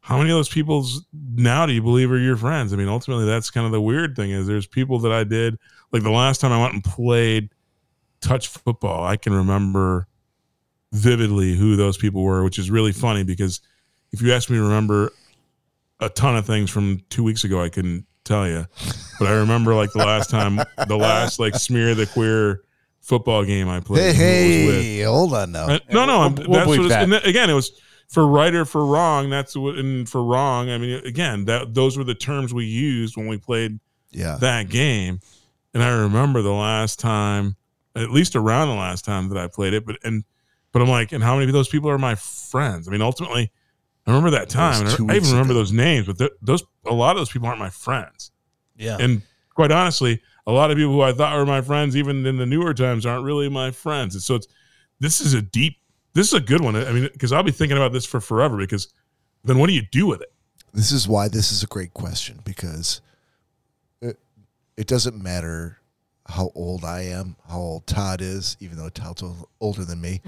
Speaker 3: how many of those people's now do you believe are your friends? I mean, ultimately, that's kind of the weird thing is there's people that I did like the last time I went and played touch football. I can remember vividly who those people were, which is really funny because if you ask me to remember a ton of things from two weeks ago, I couldn't tell you, but I remember like the last time, the last like smear the queer football game I
Speaker 1: Hey,
Speaker 3: played. who it was with.
Speaker 1: hey, hold on now.
Speaker 3: Uh, no, no, I'm, that's what
Speaker 1: believe
Speaker 3: it's,
Speaker 1: that.
Speaker 3: And that- again, it was for right or for wrong. That's what, and for wrong. I mean, again, that those were the terms we used when we played
Speaker 1: Yeah.
Speaker 3: that game. And I remember the last time, at least around the last time that I played it, but and but I'm like, and how many of those people are my friends? I mean, ultimately, I remember that time,
Speaker 1: was two
Speaker 3: and I- I even
Speaker 1: weeks
Speaker 3: remember
Speaker 1: ago.
Speaker 3: those names. But th- those, a lot of those people aren't my friends.
Speaker 4: Yeah.
Speaker 3: And quite honestly, a lot of people who I thought were my friends, even in the newer times, aren't really my friends. And so it's this is a deep, this is a good one. I mean, because I'll be thinking about this for forever. Because then what do you do with it?
Speaker 1: This is why this is a great question because it, it doesn't matter how old I am, how old Todd is, even though Todd's o- older than me,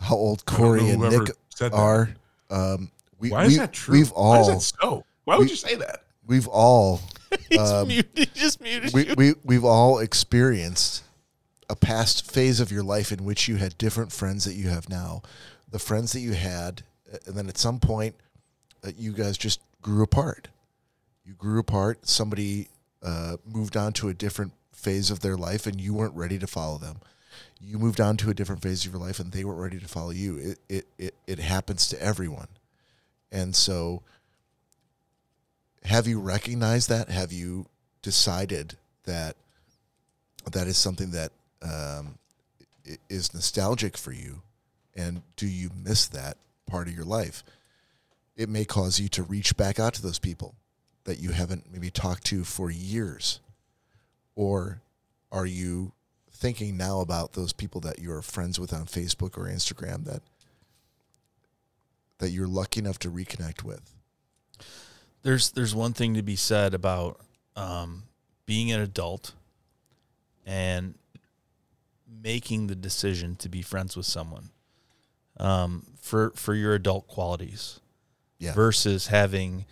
Speaker 1: how old
Speaker 3: I don't know
Speaker 1: Corey and
Speaker 3: whoever
Speaker 1: Nick
Speaker 3: said that.
Speaker 1: are. Um, we,
Speaker 3: Why is
Speaker 1: we-
Speaker 3: that true?
Speaker 1: We've all.
Speaker 3: Why is that so? Why would
Speaker 1: we-
Speaker 3: you say that?
Speaker 1: We've all.
Speaker 4: He's
Speaker 1: um,
Speaker 4: muted. He just muted
Speaker 1: we,
Speaker 4: you.
Speaker 1: we we've all experienced a past phase of your life in which you had different friends that you have now, the friends that you had, uh, and then at some point, uh, you guys just grew apart. You grew apart. Somebody uh, moved on to a different phase of their life, and you weren't ready to follow them. You moved on to a different phase of your life, and they weren't ready to follow you. It it it, it happens to everyone, and so have you recognized that? Have you decided that that is something that um, i- is nostalgic for you? And do you miss that part of your life? It may cause you to reach back out to those people that you haven't maybe talked to for years. Or are you thinking now about those people that you're friends with on Facebook or Instagram that that you're lucky enough to reconnect with?
Speaker 4: there's there's one thing to be said about um, being an adult and making the decision to be friends with someone um, for for your adult qualities
Speaker 1: Yeah.
Speaker 4: versus having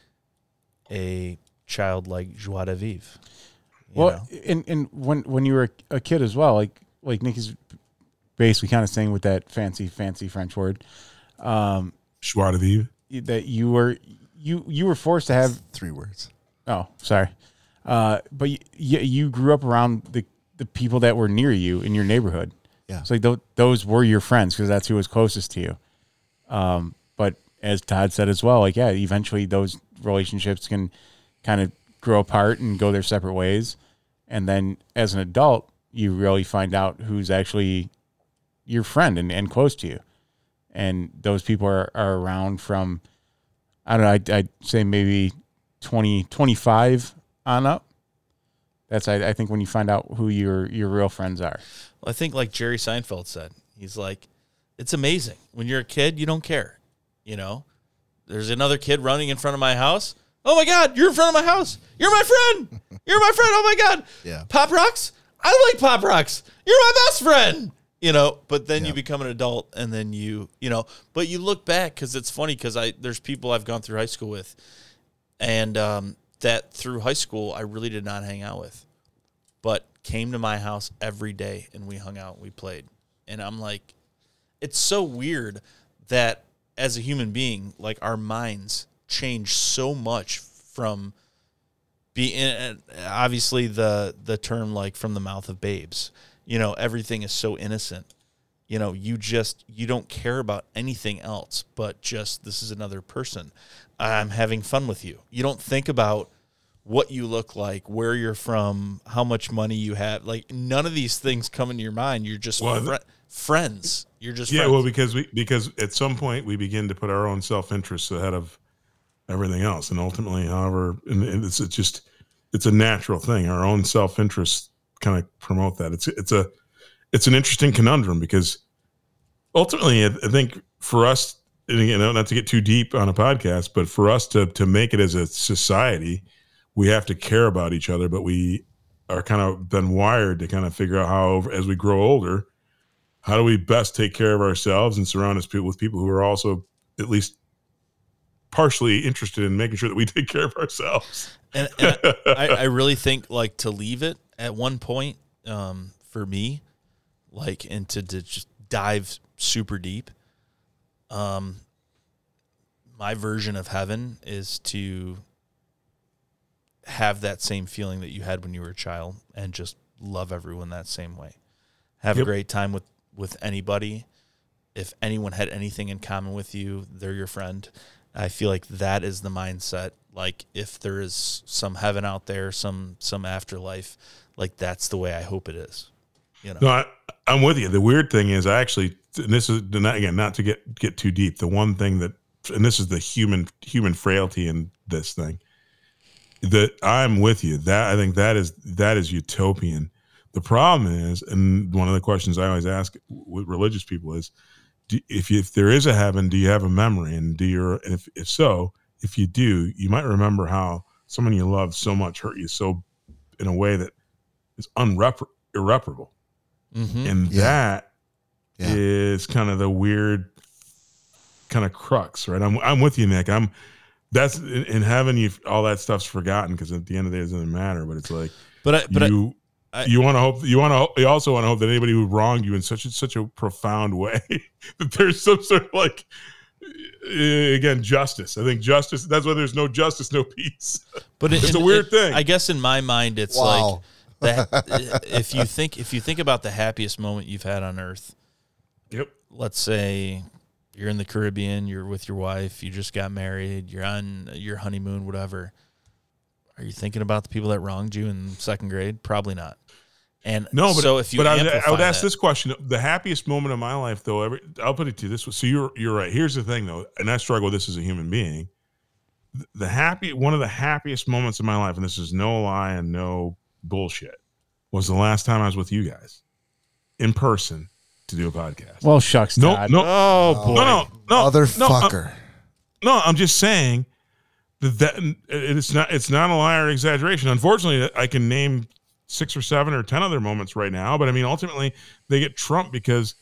Speaker 4: a childlike joie de vivre. you know?
Speaker 2: Well, and and when when you were a kid as well, like like Nikki's basically kind of saying with that fancy fancy French word, um,
Speaker 3: joie de vivre,
Speaker 2: that you were you you were forced to have
Speaker 1: three words.
Speaker 2: Oh, sorry, uh, but you, you grew up around the the people that were near you in your neighborhood.
Speaker 1: Yeah.
Speaker 2: so like tho- those were your friends because that's who was closest to you. Um, but as Todd said as well, like yeah, eventually those relationships can kind of grow apart and go their separate ways. And then as an adult, you really find out who's actually your friend and, and close to you. And those people are, are around from, I don't know, I'd, I'd say maybe 20, 25 on up. That's I, I think when you find out who your your real friends are.
Speaker 4: Well, I think like Jerry Seinfeld said, he's like, it's amazing when you're a kid, you don't care. You know, there's another kid running in front of my house. Oh my God, you're in front of my house. You're my friend. You're my friend. Oh my God.
Speaker 1: Yeah.
Speaker 4: Pop rocks. I like pop rocks. You're my best friend. You know, but then you become an adult and then you, you know, but you look back because it's funny because I, there's people I've gone through high school with and um, that through high school I really did not hang out with, but came to my house every day and we hung out, we played, and I'm like, it's so weird that as a human being, like our minds change so much from being obviously the the term like from the mouth of babes, you know, everything is so innocent. You know, you just you don't care about anything else but just this is another person. I'm having fun with you. You don't think about what you look like, where you're from, how much money you have. Like none of these things come into your mind. You're just
Speaker 3: Well,
Speaker 4: fri- friends. You're just
Speaker 3: yeah.
Speaker 4: friends.
Speaker 3: Well, because we because at some point we begin to put our own self interests ahead of everything else, and ultimately, however, and, and it's, it's just it's a natural thing. Our own self interests kind of promote that. It's it's a it's an interesting conundrum because ultimately, I, I think for us, and again, not to get too deep on a podcast, but for us to to make it as a society, we have to care about each other, but we are kind of been wired to kind of figure out how as we grow older how do we best take care of ourselves and surround us pe- with people who are also at least partially interested in making sure that we take care of ourselves.
Speaker 4: and, and I, I really think like to leave it at one point um, for me, like and to, to just dive super deep. Um, my version of heaven is to have that same feeling that you had when you were a child and just love everyone that same way. Have a
Speaker 5: Yep.
Speaker 4: great time with with anybody. If anyone had anything in common with you, they're your friend. I feel like that is the mindset. Like if there is some heaven out there, some some afterlife, like that's the way I hope it is. You know.
Speaker 3: No, I, I'm with you. The weird thing is, I actually, and this is and again not to get get too deep. The one thing that, and this is the human human frailty in this thing. That I'm with you. That I think that is that is utopian. The problem is, and one of the questions I always ask with religious people is, do, if you, if there is a heaven, do you have a memory? And do your and if if so, if you do, you might remember how someone you love so much hurt you so in a way that is unrepar- irreparable
Speaker 4: Mm-hmm.
Speaker 3: and that is kind of the weird kind of crux right i'm, I'm with you nick i'm that's in, in heaven you all that stuff's forgotten because at the end of the day it doesn't matter but it's like
Speaker 4: But I- but I-
Speaker 3: you
Speaker 4: I-
Speaker 3: you want to hope you want to hope, you also want to hope that anybody who wronged you in such a, such a profound way that there's some sort of like eh, again justice i think justice that's why there's no justice no peace
Speaker 4: But
Speaker 3: it's
Speaker 4: in-
Speaker 3: a weird
Speaker 4: it-
Speaker 3: thing
Speaker 4: I guess in my mind, it's
Speaker 3: Wow.
Speaker 4: like that. if you think if you think about the happiest moment you've had on Earth,
Speaker 3: yep.
Speaker 4: Let's say you're in the Caribbean, you're with your wife, you just got married, you're on your honeymoon, whatever. Are you thinking about the people that wronged you in second grade? Probably not. And
Speaker 3: No, but
Speaker 4: so if you
Speaker 3: but I would, I
Speaker 4: amplify
Speaker 3: would ask
Speaker 4: that-
Speaker 3: this question: the happiest moment of my life, though. Every, I'll put it to you this way. So you're you're right. Here's the thing, though, and I struggle with this as a human being. The- The happy one of the happiest moments of my life, and this is no lie and no bullshit, was the last time I was with you guys in person to do a podcast.
Speaker 2: Well, shucks,
Speaker 3: No,
Speaker 2: Todd.
Speaker 3: no,
Speaker 2: Oh, boy.
Speaker 3: no, no, no,
Speaker 1: Motherfucker.
Speaker 3: No, uh, I'm, no, I'm just saying that, that it- it's not it's not a lie or exaggeration. Unfortunately, I can name six or seven or ten other moments right now, but I mean, ultimately, they get trumped because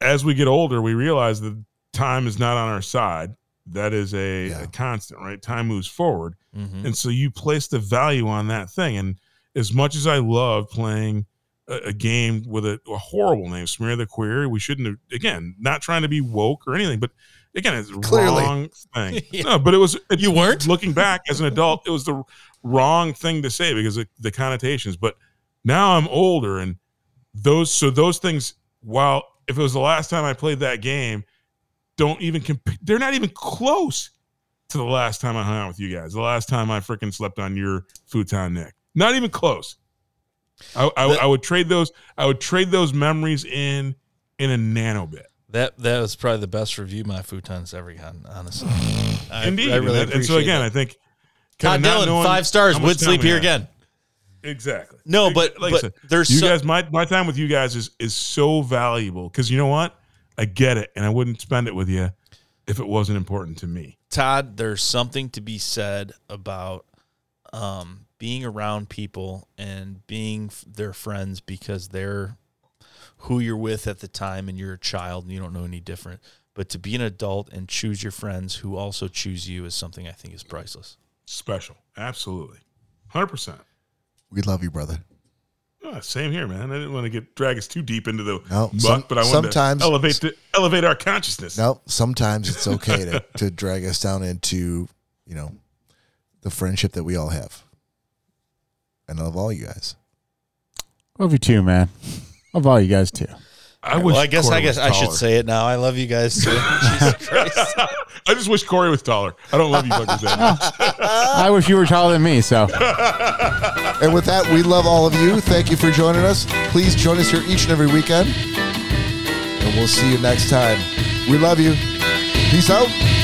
Speaker 3: as we get older, we realize that time is not on our side. That is a, a constant, right? Time moves forward,
Speaker 14: Mhm.
Speaker 3: and so you place the value on that thing. And as much as I love playing a, a game with a, a horrible name, smear the queer, we shouldn't have. Again, not trying to be woke or anything, but again, it's the
Speaker 14: Clearly.
Speaker 3: wrong thing.
Speaker 14: Yeah.
Speaker 3: No, but it was it,
Speaker 4: you weren't
Speaker 3: looking back as an adult. It was the wrong thing to say because of the connotations. But now I'm older, and those so those things. While if it was the last time I played that game, don't even comp- they're not even close to the last time I hung out with you guys. The last time I freaking slept on your futon, Nick. Not even close. I, I, I would trade those. I would trade those memories in in a nanobit.
Speaker 4: that that was probably the best review my futon's ever gotten. Honestly, I,
Speaker 3: Indeed,
Speaker 4: I really
Speaker 3: and, that- and so
Speaker 4: appreciate
Speaker 3: again,
Speaker 4: it.
Speaker 3: I think
Speaker 4: Todd
Speaker 3: kinda not
Speaker 4: Dillon,
Speaker 3: knowing
Speaker 4: five stars,
Speaker 3: how much
Speaker 4: would
Speaker 3: time
Speaker 4: sleep
Speaker 3: we
Speaker 4: here
Speaker 3: have.
Speaker 4: again.
Speaker 3: Exactly.
Speaker 4: No,
Speaker 3: Ex-
Speaker 4: but-
Speaker 3: like I
Speaker 4: but
Speaker 3: said,
Speaker 4: there's
Speaker 3: you
Speaker 4: so-
Speaker 3: guys. My my time with you guys is is so valuable because you know what? I get it, and I wouldn't spend it with you if it wasn't important to me.
Speaker 4: Todd, there's something to be said about um, being around people and being f- their friends because they're who you're with at the time and you're a child and you don't know any different. But to be an adult and choose your friends who also choose you is something I think is priceless.
Speaker 3: Special, absolutely, hundred percent.
Speaker 1: We love you, brother.
Speaker 3: Oh, same here, man. I didn't want to get drag us too deep into the
Speaker 1: No,
Speaker 3: muck,
Speaker 1: some-
Speaker 3: but I wanted
Speaker 1: sometimes-
Speaker 3: to elevate the, elevate our consciousness.
Speaker 1: No, sometimes it's okay to, to drag us down into, you know, the friendship that we all have. And I love all you guys.
Speaker 2: Love you too, man. Love all you guys too.
Speaker 3: I wish
Speaker 5: well, I guess
Speaker 3: Corey
Speaker 5: I guess
Speaker 3: was
Speaker 5: I should
Speaker 3: taller.
Speaker 5: say it now. I love you guys too. Jesus Christ.
Speaker 3: I just wish Corey was taller. I don't love you fuckers that much.
Speaker 2: I wish you were taller than me. So.
Speaker 1: And with that, we love all of you. Thank you for joining us. Please join us here each and every weekend. And we'll see you next time. We love you. Peace out.